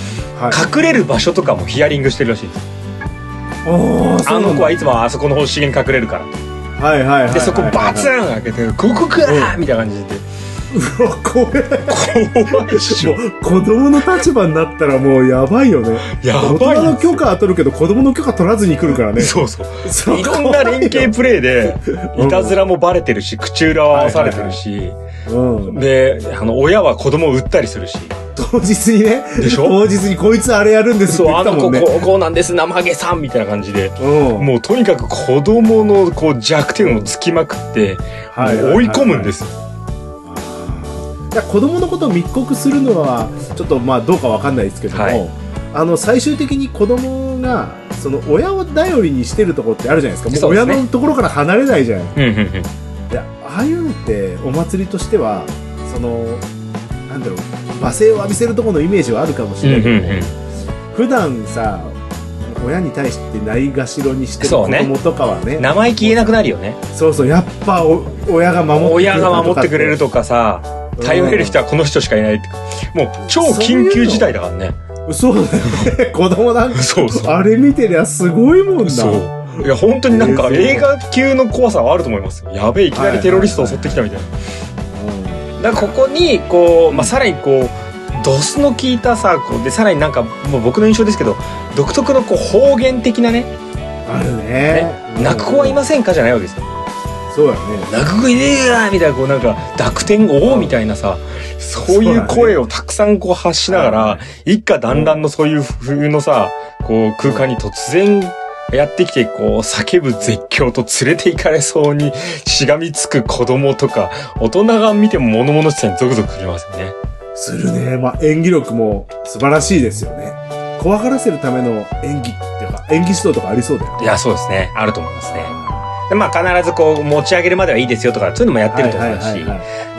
S2: 隠れる場所とかもヒアリングしてるらしいです。
S3: おーそ
S2: あ
S3: うな
S2: の
S3: ん
S2: 子
S3: だ
S2: はいつもあそこの方資源隠れるから。
S3: はいはいはいはいはい
S2: で、そこ バツン開けて、ここからみたいな感じ
S3: うわ 怖え
S2: で。怖いっしょ。
S3: 子供の立場になったらもうやばいよね。
S2: や
S3: 大
S2: ばい
S3: 人の
S2: よ。
S3: 許可は取るけど子供の許可取らずに来るからね。
S2: そうそう。
S3: そ
S2: いろんな連携プレーで、
S3: うん
S2: いたずらもバレてるし、口裏を合わされてるし、
S3: うん。
S2: で、あの、親は子供を売ったりするし。
S3: 当日にね。
S2: でしょ
S3: 当日にこいつあれやるんですって
S2: そう、
S3: 言っ
S2: あ
S3: た
S2: の
S3: も
S2: 子
S3: んね。
S2: こう、こうなんです、生毛さんみたいな感じで。
S3: うん。
S2: もうとにかく子供のこう弱点をつきまくって、
S3: はい
S2: もう追い込むんですよ。
S3: いや子供のことを密告するのはちょっとまあどうかわかんないですけども、
S2: はい
S3: あの最終的に子供がその親を頼りにしてるところってあるじゃないですか。
S2: そ
S3: も
S2: う
S3: う
S2: です
S3: 親
S2: ね
S3: のところから離れないじゃない。
S2: うんうんうん。
S3: でああいうのってお祭りとしてはそのなんだろう罵声を浴びせるところのイメージはあるかもしれないけど、
S2: うんうんうん
S3: 普段さ親に対してないがしろにしてる
S2: そ
S3: 子
S2: うね
S3: 供とかはねそう
S2: 生意気言えなくなるよね。
S3: そうやっぱお親が守ってくれ
S2: 親
S3: る
S2: が守ってくれる
S3: と
S2: とかさ、頼れる人はこの人しかいないって。もう超緊急事態だからね。
S3: かそうだよね 子供なんか
S2: そう そう。
S3: あれ見てりゃすごいもんな
S2: そう。いや、本当になんか
S3: えーそう
S2: 映画級の怖さはあると思いますよ。やべえ、いきなりテロリストを襲ってきたみたいな。
S3: う
S2: だからここに、こう、まあ、さらにこう、ドスの効いたさ、こう、で、さらになんか、もう僕の印象ですけど、独特のこう方言的なね、
S3: んあるねうん
S2: 泣く子はいませんかじゃないわけですよ。
S3: そうやね
S2: 泣く子いねえがみたいな、こうなんか、濁点王みたいなさ、そういう声をたくさんこう発しながら、一家団らんのそういう風のさ、こう空間に突然やってきて、こう叫ぶ絶叫と連れて行かれそうにしがみつく子供とか、大人が見ても物々しさにゾクゾクしますよね。
S3: するね。まあ、演技力も素晴らしいですよね。怖がらせるための演技っていうか、演技指導とかありそうだよね。
S2: いや、そうですね。あると思いますね。で、まあ必ずこう持ち上げるまではいいですよとか、そういうのもやってると思いますし。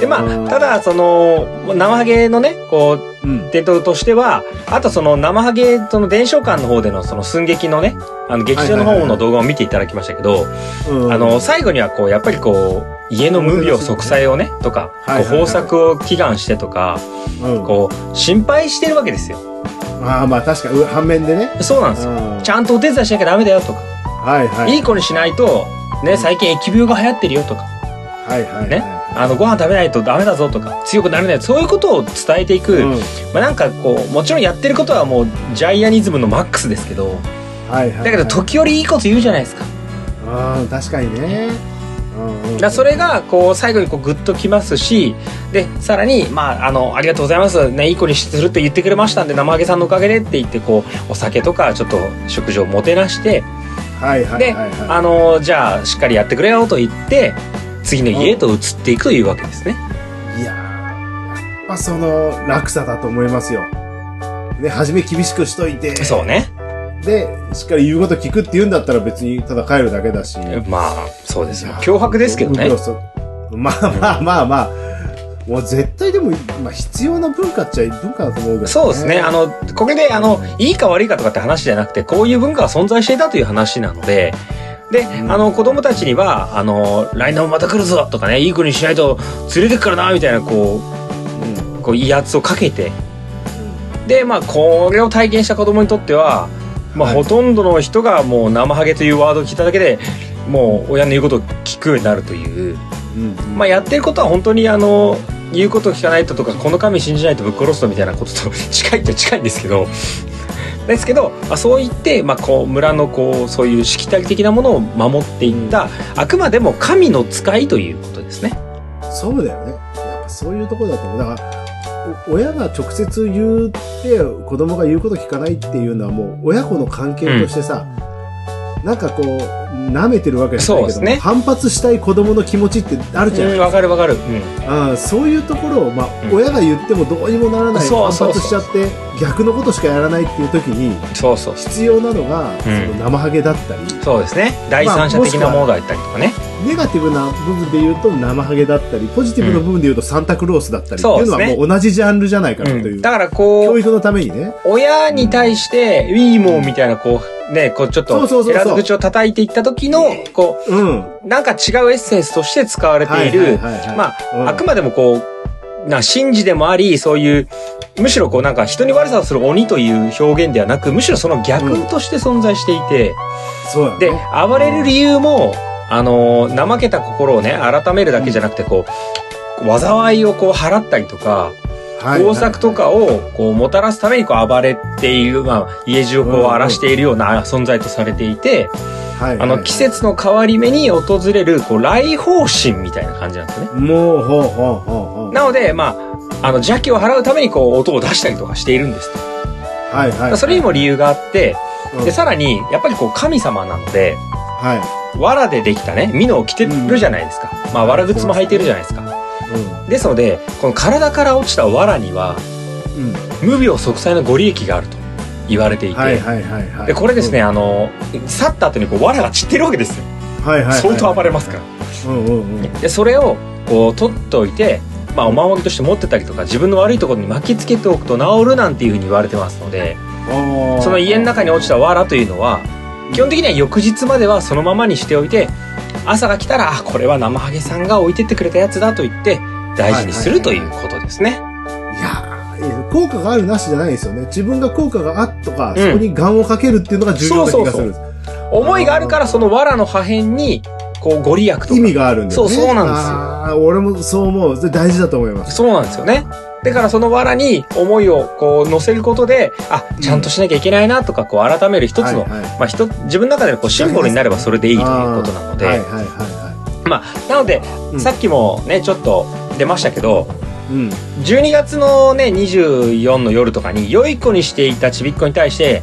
S2: で、まあ、た、だ、その、生ハゲのね、こ
S3: う
S2: う、
S3: ん。
S2: 伝統としては、あとその生ハゲ、その伝承館の方でのその寸劇のね、あの劇場の方の動画を見ていただきましたけど、あの、最後にはこう、やっぱりこう、家の無病息災をね、とか、こ
S3: は
S2: う
S3: いはいはい
S2: 豊作を祈願してとか、
S3: うん、
S2: こう、心配してるわけですよ。
S3: ああ、まあ確かに、う反面でね。
S2: そうなん
S3: う
S2: ですよ。
S3: ん
S2: ちゃんとお手伝いしなきゃダメだよとか、
S3: はいはい。
S2: いい子にしないと、ね、最近疫病が流行ってるよとか、
S3: はいはい。
S2: ねあの、ご飯食べないとダメだぞとか、強くなれない、そういうことを伝えていく、
S3: うん。
S2: まあなんかこう、もちろんやってることはもう、ジャイアニズムのマックスですけど、
S3: はいはい。
S2: だけど、時折いいこと言うじゃないですか。
S3: うん、確かにね。うんうん
S2: だからそれがこう最後にこうグッときますしでさらに、まあ、あの「ありがとうございます、ね、いい子にするって言ってくれましたんで生揚げさんのおかげで」って言ってこうお酒とかちょっと食事をもてなして
S3: はいはい
S2: で、
S3: はいは
S2: あのじゃあしっかりやってくれよと言って次の家へと移っていくというわけですね。
S3: い。いやーやっぱその、落差だと思いますよ。ね、初め厳しくしといて。
S2: そうね
S3: で、しっかり言うこと聞くって言うんだったら別にただ帰るだけだし。
S2: まあそうですよ脅迫ですけどね
S3: そうそうまあまあまあまあ、もう絶対でも、まあ、必要な文化っちゃ文化だと思うけど、
S2: そうですね。あの、これで、あの、いいか悪いかとかって話じゃなくて、こういう文化が存在していたという話なので、で、あの、子供たちには、あの、来年もまた来るぞとかね、いい子にしないと連れてくからな、みたいな、こう、こう、威圧をかけて、で、まあ、これを体験した子供にとっては、まあ、
S3: はい
S2: ほとんどの人がもう、生ハゲというワードを聞いただけで、もう、親の言うことを聞くようになるという。
S3: うん、うん
S2: まあ、やってることは本当にあの言うこと聞かないととかこの神信じないとぶっ殺すとみたいなこと と近いっちゃ近いんですけどですけど、まあ、そう言って、まあ、こう村のこうそういうしきたり的なものを守っていった、あくまでも神の使いということですね。
S3: そうだよね。やっぱそういうところだと思う。だから、お親が直接言って、子供が言うこと聞かないっていうのはもう、親子の関係としてさ、なんかこう、舐めてるわけじゃないけ
S2: そ
S3: ど、
S2: うですね
S3: 反発したい子供の気持ちってあるじゃ
S2: うん
S3: ん。
S2: わかるわかる。
S3: ああそういうところを、まあ、
S2: うん
S3: 親が言ってもどうにもならない、
S2: そう
S3: 反
S2: そう
S3: 発
S2: そう
S3: しちゃって、逆のことしかやらないっていう時に、
S2: そうそうそう。
S3: 必要なのが、その生ハゲだったり、
S2: そうですね。第三者的なものだったりとかね。
S3: ネガティブな部分で言うと生ハゲだったり、ポジティブな部分で言うとサンタクロースだったりってい
S2: そうで
S3: う
S2: す
S3: の
S2: ね
S3: はもう同じジャンルじゃないかなと
S2: う
S3: い
S2: ん
S3: う。
S2: だからこ
S3: 教
S2: う、
S3: 育のためにね。
S2: 親に対して、ウィーモーみたいなこう、ね、こうちょっ
S3: そ
S2: と、
S3: うそうそうそう
S2: 選ぶ口を叩いていった時の、こう、
S3: うん。
S2: なんか違うエッセンスとして使われている、
S3: はいはいはいはい
S2: まあ、
S3: うん
S2: あくまでもこう、な、神事でもあり、そういう、むしろこうなんか人に悪さをする鬼という表現ではなく、むしろその逆として存在していて、
S3: そうだね。
S2: で、暴れる理由も、あのー、怠けた心をね、改めるだけじゃなくて、こう、災いをこう払ったりとか、
S3: はい
S2: 工作と。かをこうもたらすためにこう暴れている、まあ、家中をこう荒らしているような存在とされていて、
S3: はいはい
S2: あの季節の変わり目に訪れるこう来訪神みたいな感じなんですね。
S3: もう、ほうほうほうほう。
S2: なので、まあ、あの邪気を払うためにこう音を出したりとかしているんです。
S3: はいはい。
S2: それにも理由があって、
S3: うん
S2: で、さらに、やっぱりこう神様なので、
S3: はい。
S2: 藁でできたね、蓑を着てるじゃないですか。まあ、藁靴も履いてるじゃないですか。ですので、この体から落ちた藁には、
S3: うん。うん。
S2: 無病息災のご利益があると言われていて、
S3: はいはいはいはい。
S2: で、これですね、あの、去った後にこう藁が散ってるわけですよ。
S3: うん。はいはいはい。
S2: 相当暴れますから。
S3: うんうんうん。
S2: でそれをこう取っておいて、まあ、お守りとして持ってたりとか自分の悪いところに巻きつけておくと治るなんていうふうに言われてますので
S3: おー
S2: その家の中に落ちた藁というのは基本的には翌日まではそのままにしておいて朝が来たらあこれは生ハゲさんが置いてってくれたやつだと言って大事にするということですね。
S3: いやーえー効果があるなしじゃないですよね。自分が効果があっとか、
S2: うん
S3: そこに願をかけるっていうのが重要な気がする。
S2: そう思いがあるからその藁の破片にこうご利益とか
S3: 意味があるんだよね。
S2: そうそうなんですよ
S3: あー俺もそう思う。それ大事だと思います。
S2: そうなんですよね。だからその藁に思いをこう乗せることで、あ、ちゃんとしなきゃいけないなとか、こう改める一つの、
S3: はいはい
S2: まあ一つ、自分の中でこうシンボルになればそれでいいということなので、
S3: はいはいはいは
S2: まあ、なので、
S3: うん
S2: さっきもね、ちょっと出ましたけど、
S3: い。うん。
S2: 12月のね、24の夜とかに、良い子にしていたちびっ子に対して、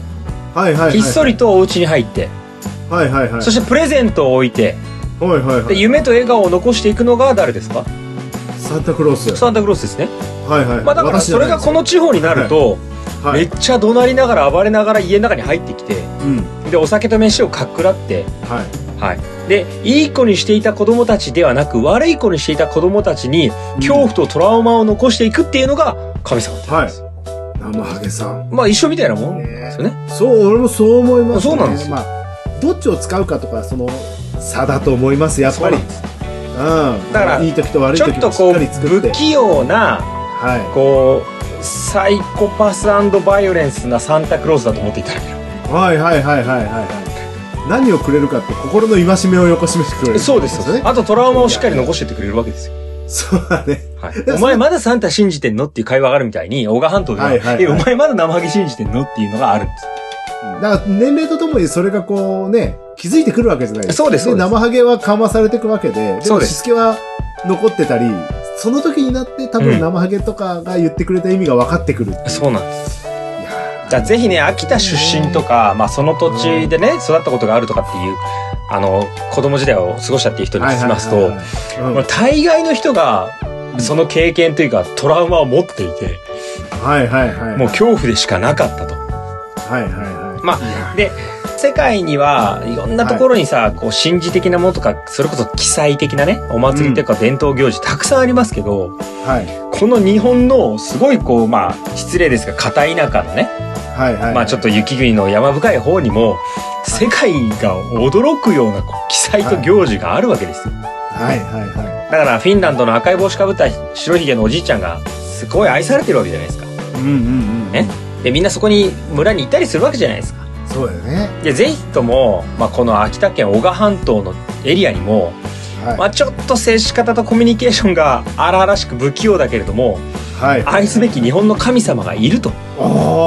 S3: はいはいはい。
S2: ひっそ。りとお家に入って、
S3: はいはいはい。
S2: そしてプレゼントを置いて、
S3: はいはいは
S2: で
S3: い。
S2: 夢と笑顔を残していくのが誰ですか
S3: サンタクロース。
S2: サンタクロースですね。
S3: はいはい。
S2: まあだから、それがこの地方になると、
S3: の、は
S2: め
S3: い。
S2: っちゃ怒鳴りながら暴れながら家の中に入ってきて
S3: うん。
S2: でお酒と飯をかっくらって、
S3: はい。
S2: はい、でいい子にしていた子供たちではなく悪い子にしていた子供たちに恐怖とトラウマを残していくっていうのが神様って
S3: はい。生ハゲさん。
S2: まあ一緒みたいなもんですよね
S3: そう、俺もそう思います、ね。
S2: そうなんですよ
S3: まあ、どっちを使うかとか、その、差だと思います、やっぱり。
S2: そううんなんです。
S3: だ
S2: だから
S3: いい時と悪い
S2: ちょ
S3: 時
S2: っと
S3: と
S2: こ
S3: しっ
S2: う
S3: かり作って
S2: 不。器用な
S3: は
S2: こうサイコパスバイオレンスなサンタクロースだと思っていただける
S3: い。はいはいはいはいはいはい。何をくれるかって心の戒めをよこしめてくれる。
S2: そうですよね
S3: ね。
S2: あとトラウマをしっかり残してってくれるわけですよ
S3: そうだね。
S2: はい、お前まだサンタ信じてんのっていう会話があるみたいに、小川半島では、
S3: はいはいはい
S2: え、お前まだ生ハゲ信じてんのっていうのがあるんです。
S3: だから年齢とともにそれがこうね、気づいてくるわけじゃない
S2: そうですそうです
S3: 生ハゲは緩和されていくわけで、で
S2: そう
S3: も
S2: で
S3: し
S2: す
S3: つけは残ってたり、その時になって多
S2: うん
S3: 分生ハゲとかが言ってくれた意味が分かってくる。い
S2: そうなんです。
S3: や
S2: じゃあぜひね、秋田出身とか、まあその土地でね、育ったことがあるとかっていう、あの、子供時代を過ごしたっていう人
S3: ー
S2: に聞きます
S3: はいは
S2: と
S3: い、はい
S2: ま
S3: は
S2: あ大概の人が、その経験というかトラウマを持っていて、
S3: いうんはいはいはい。
S2: もう恐怖でしかなかったと。
S3: はいはいはい。
S2: まあ
S3: いや
S2: で、世界にはいろんなところにさ、こう神事的なものとかそれこそ記載的なねお祭りとか伝統行事たくさんありますけど、
S3: はい。
S2: この日本のすごいこうまあ失礼ですが片田舎のね、
S3: はい。はい。
S2: まあちょっと雪国の山深い方にも世界が驚くようなこう記載と行事があるわけですよ。
S3: はい。はい。は
S2: だからフィンランドの赤い帽子かぶった白ひげのおじいちゃんがすごい愛されてるわけじゃないですか。
S3: い。うんうんうん。
S2: ね。でみんなそこに村に行ったりするわけじゃないですか。
S3: そうだよね。
S2: でぜひとも、まあ、この秋田県男鹿半島のエリアにも、
S3: はい。
S2: まあ、ちょっと接し方とコミュニケーションが荒々しく不器用だけれども
S3: はい。
S2: 愛すべき日本の神様がいると、
S3: お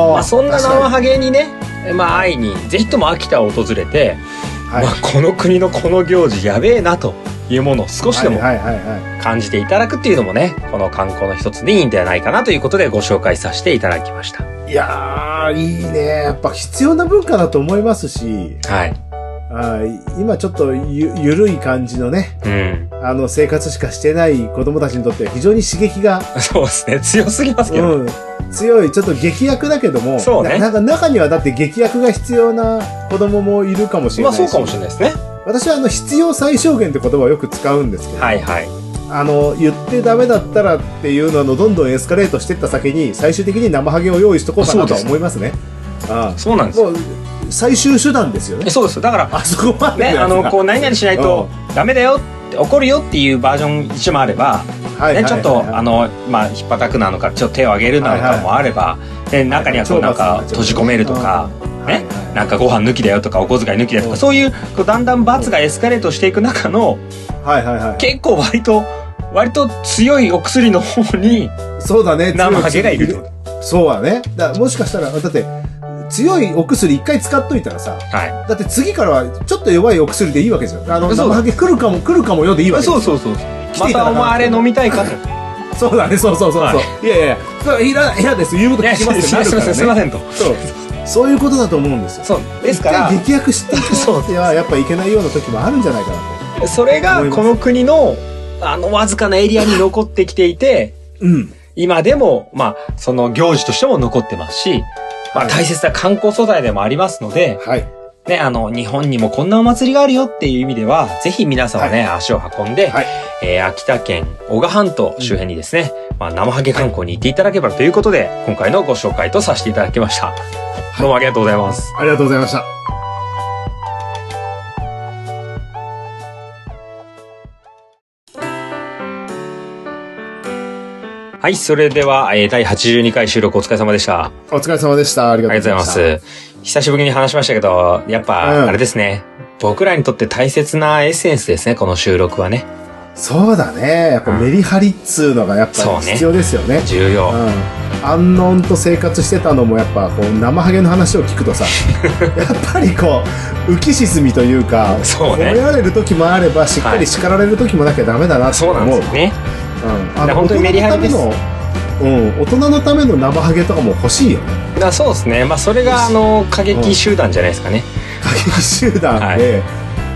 S3: ー
S2: まあ、そんな
S3: 確
S2: 生
S3: か
S2: ハゲにね、まあ、会いにぜひとも秋田を訪れて、
S3: にはい
S2: まあ、この国のこの行事やべえなというものを少しでも
S3: はい。はい。はい。はい
S2: 感じていただくっていうのもねこの観光の一つでいいんではないかなということでご紹介させていただきました。
S3: いやー、いいね。やっぱ必要な文化だと思いますし、
S2: はい、
S3: あー今ちょっとゆ、ゆるい感じのね、
S2: うん、
S3: あの、生活しかしてない子供たちにとっては非常に刺激が、
S2: そうですね強すぎますけど、
S3: うん、強い、ちょっと劇薬だけども、
S2: そうね
S3: ななんか中にはだって劇薬が必要な子供もいるかもしれ
S2: ま
S3: な
S2: あ
S3: いし、
S2: そうかもしれないですね。
S3: 私はあの、必要最小限って言葉をよく使うんですけど、
S2: はいはい。
S3: あの、言ってダメだったらっていうののどんどんエスカレートしてった先に、最終的に生ハゲを用意しとこうかなとは思いますね。あ
S2: そうなん
S3: あ
S2: ですよ。
S3: もう、最終手段ですよね
S2: え。そうですよだから、
S3: あそこまで
S2: ね、あの、こう、何々しないと、ダメだよって、怒るよっていうバージョン一もあれば、
S3: う、はい
S2: ね、ちょっと、あ
S3: の、
S2: の、まあ、ひっぱたくなのか、ちょっと手を挙げるなの
S3: はい
S2: か
S3: はい
S2: もあれば、ね中にはこう、なんか、閉じ込めるとか、ね、なんかご飯抜きだよとか、お小遣い抜きだよと
S3: う
S2: か、
S3: ん
S2: そういう、こうだんだん罰がエスカレートしていく中の、
S3: はいはいはい。
S2: 結構割と、割と強いお薬の方に
S3: そうだね。
S2: 生ハゲがいると
S3: 強。そうだね。だからもしかしたら、だって、強いお薬一回使っといたらさ、
S2: は
S3: だって次からはちょっと弱いお薬でいいわけじゃん。あの、
S2: そ
S3: 生
S2: うだ
S3: ハゲ来るかも来るかもよでいいわ
S2: い。
S3: けじゃん
S2: そうそうそう。
S3: 来
S2: ま
S3: ていただかなくても
S2: たお前あれ飲みたいか と。
S3: そうだね、そうそうそうそう。、
S2: はい
S3: やいやいやそう、いら、いらです。言うこと
S2: いや
S3: 聞き
S2: すい
S3: ま
S2: ますせん、す
S3: よ
S2: い
S3: な
S2: ま
S3: る
S2: せん、すい
S3: から
S2: ま
S3: ね
S2: せんと。
S3: そう。そういうことだと思うんですよ。
S2: そう。ですから
S3: 一、回激薬してい
S2: そ
S3: く
S2: う
S3: っては、やっぱいけないような時もあるんじゃないかなと。
S2: それ
S3: 思い
S2: が
S3: ます
S2: この国のあのわずかなエリアに残ってきてい て、
S3: うん。
S2: 今でも、まあ、その行事としても残ってますし、まあ、
S3: はい
S2: 大切な観光素材でもありますので、
S3: はい。
S2: ね、あの、日本にもこんなお祭りがあるよっていう意味では、ぜひ皆さんはね、足を運んで、
S3: はい
S2: えー秋田県小賀半島周辺にですね、まあ、生ハゲ観光に行っていただければということで、今回のご紹介とさせていただきました。どうもありがとうございます。
S3: ありがとうございました。
S2: はい、それでは、えー第82回収録お疲れ様でした。
S3: お疲れ様でした。ありが
S2: あ
S3: とうご
S2: りがと
S3: ざ
S2: う
S3: いました。
S2: ございます。久しぶりに話しましたけど、やっ
S3: う
S2: ぱ、
S3: ん
S2: あれですね、僕らにとって大切なエッセンスですね、この収録はね。
S3: そうだね。やっぱメリハリっつうのがやっ
S2: そう
S3: ぱ
S2: ね
S3: 必要ですよね。
S2: 重
S3: う
S2: 要。
S3: ん。安穏と生活してたのもやっぱこう生ハゲの話を聞くと さ、やっぱりこう浮き沈みというか、
S2: そうね
S3: 褒められる時もあればしっか
S2: はい
S3: り叱られる時もなきゃダメだなって
S2: そ
S3: 思
S2: う
S3: う。
S2: なんですよね。
S3: うん。あ
S2: から
S3: の
S2: 本当にメリハリです
S3: 大人のためのうん、大人のための生ハゲとかも欲しいよ ね。
S2: だからそうですね。まあ、それが、あの、過激集団じゃないですかね。
S3: 過激集団で、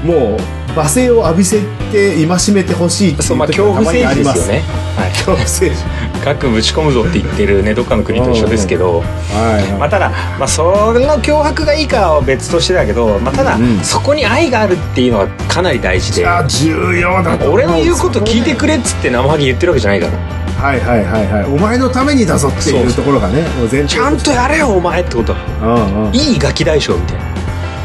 S3: もう罵声を浴びせて戒めてほしいっていう
S2: そう、まあ、
S3: 時
S2: 恐
S3: がたま
S2: 怖
S3: にあ
S2: 政
S3: りま
S2: 治で
S3: す
S2: よ
S3: す。
S2: ね。はい。
S3: 恐怖政治。
S2: 核ぶち込むぞって言ってるね、どっかの国と一緒ですけど、
S3: はいはい。
S2: まあ、ただ、まあ、その脅迫がいいかは別としてだけど、まあ、ただ、
S3: うんうん
S2: そこに愛があるっていうのはかなり大事で、
S3: あ重要だと思う
S2: 俺の言うこと聞いてくれっつって生ハゲ言ってるわけじゃないから。
S3: はいはいはいはいお前のためにだぞってい
S2: そう
S3: う
S2: そ
S3: ところがねもう全
S2: ちゃんとやれよお前ってこと
S3: うんうん
S2: いいガキ大将みたい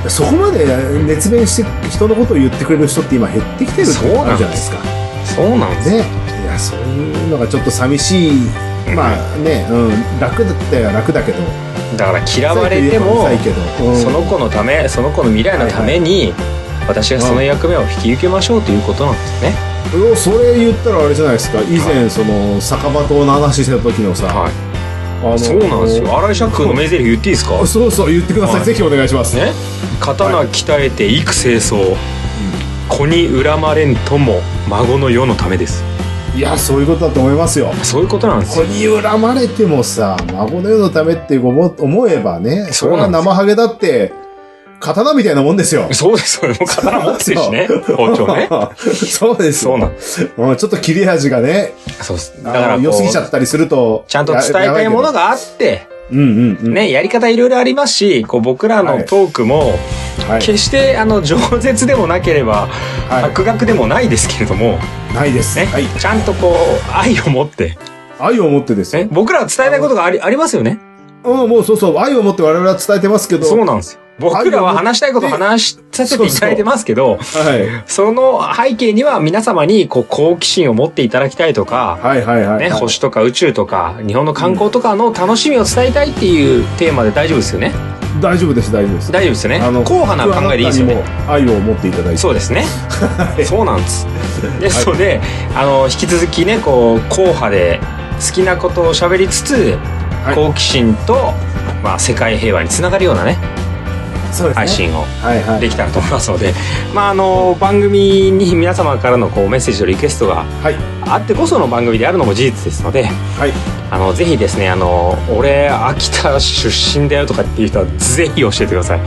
S2: な
S3: そこまで熱弁して人のことを言ってくれる人って今減ってきてるって
S2: そう
S3: あ
S2: な
S3: るじ
S2: んで
S3: ゃないです
S2: す
S3: か
S2: そうなんで
S3: ねいやそういうのがちょっと寂しいまあね、うん、楽だったら楽だけど
S2: だから嫌われても
S3: 臭いけどうん
S2: その子のためその子の未来のために私がその役目を引き受けましょうということなんですね
S3: おそれ言ったらあれじゃないですか以前その酒場島の話してた時のさ、
S2: はい
S3: あの
S2: そうなんですよ新井釈の名台詞言っていいですか
S3: あそうそう言ってください、
S2: はい
S3: ぜひお願いします
S2: ね刀鍛えて幾清掃子に恨まれんとも孫の世のためです
S3: いやそういうことだと思いますよ
S2: そういうことなんです
S3: 子
S2: よ
S3: に恨まれてもさ、孫の世のためって思思えばね、
S2: そ
S3: そうれ
S2: な
S3: が
S2: んですよ
S3: 生ハゲだって、刀みたいなもんですよ。
S2: そうですよねもう刀持ってるしね包丁ね
S3: そうです
S2: そ
S3: よ。
S2: うなん
S3: うんちょっと切れ味がね、
S2: そうですだ
S3: だ
S2: か
S3: からら
S2: こう
S3: 良すぎちゃったりすると。
S2: ちゃんと伝えたいもの
S3: が。
S2: があって
S3: うんうんうん。
S2: ね、やり方いろいろありますし、こう僕らのトークも、
S3: はい
S2: 決してあの饒舌でもなければ、
S3: はい
S2: 博学でもないですけれども、
S3: ないです。
S2: ね
S3: はい。
S2: ちゃんとこう愛を持って、
S3: 愛を持ってです
S2: ね、
S3: よ。
S2: 僕らは伝えたいことがありありますよね
S3: うん、もうそうそう、愛を持って我々は伝えてますけど。
S2: そうなんですよ僕らは話したいことを話しさせていただいてますけど
S3: はい。
S2: その背景には皆様にこう好奇心を持っていただきたいとか、
S3: はいはいはい。
S2: ね、星とか宇宙とか日本の観光とかの楽しみを伝えたいっていうテーマで大丈夫ですよね
S3: 大丈夫です、大丈夫です。
S2: 大丈夫ですよね硬派な考えでいいですよね。
S3: 愛を持っていただいて。
S2: そうですね
S3: い
S2: そうなん ですですので、あの引き続きねこう硬派で好きなことを喋りつつ、
S3: はい
S2: 好奇心と、まあ、世界平和につながるようなね
S3: そう
S2: 配。信を
S3: はいはい。
S2: できたらと思いますので、まあ、あの番組に皆様からのこうメッセージとリクエストが
S3: はい。
S2: あってこその番組であるのも事実ですので
S3: はい。
S2: あのぜひですねあの俺秋田出身だよとかっていう人はぜひ教えてください
S3: い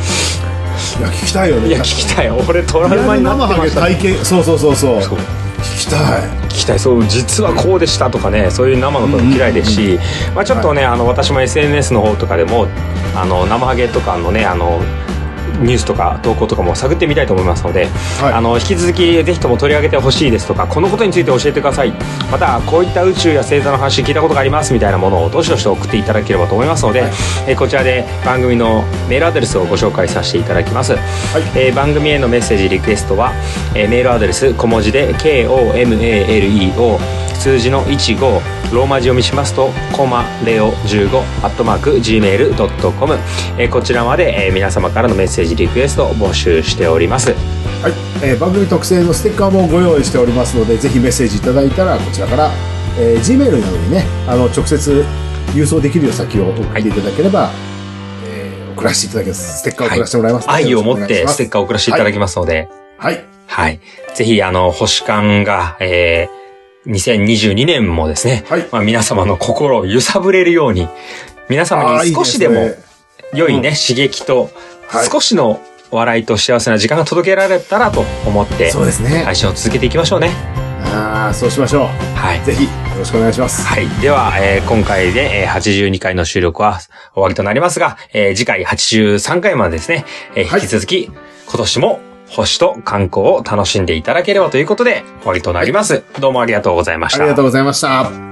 S3: や、聞きたいよね。
S2: いや聞きたい俺トラウマ
S3: 生
S2: になって
S3: ハ
S2: ま
S3: ゲ
S2: した
S3: 体験。そうそうそうそう。
S2: そう
S3: 聞きたい。
S2: 聞きたいそう実はこうでしたとかねそういう生の声も嫌いですし、まあ、ちょっとね、あの私も SNS の方とかでもあの生ハゲとかのねあのニュースとか投稿とかも探ってみたいと思いますので、
S3: はい
S2: あの引き続きぜひとも取り上げてほしいですとかこのことについて教えてくださいまたこういった宇宙や星座の話聞いたことがありますみたいなものをどしどし送っていただければと思いますので、えーこちらで番組のメールアドレスをご紹介させていただきます、えー番組へのメッセージリクエストは、えーメールアドレス小文字で KOMALEO 数字の15ローマ字読みしますとコマレオ15アットマーク Gmail.com、えーこちらまで、えー皆様からのメッセージリクエストを募集しております
S3: はい、えー番組特製のステッカーもご用意しておりますのでぜひメッセージいただいたらこちらから、えー Gmail などにねあの直接郵送できるよ先を送っていただければ、えー送らせていただきますステッカーを送らせてもらいます、
S2: 愛を持ってステッ
S3: ー
S2: カーを送らせていただきますので、
S3: はい
S2: はい。ぜひ、あの、星間が、えー、2022年もですね、
S3: はい
S2: まあ、皆様の心を揺さぶれるように、皆様
S3: あーい
S2: に
S3: い
S2: 少
S3: す
S2: し
S3: ね
S2: でも良いね、刺激と、
S3: はい
S2: 少しの笑いと幸せな時間が届けられたらと思って、
S3: そうですね、
S2: 配信を続けていきましょうね。
S3: ああそうしましょ。
S2: はいう
S3: ぜひよろしくお願いします
S2: はい。では、えー今回で、えー82回の収録は終わりとなりますが、えー次回83回までですね、えー
S3: はい
S2: 引き続き、今年も星と観光を楽しんでいただければということで、終わりとなります。どうもありがとうございまし
S3: あ
S2: た。
S3: りがとうございました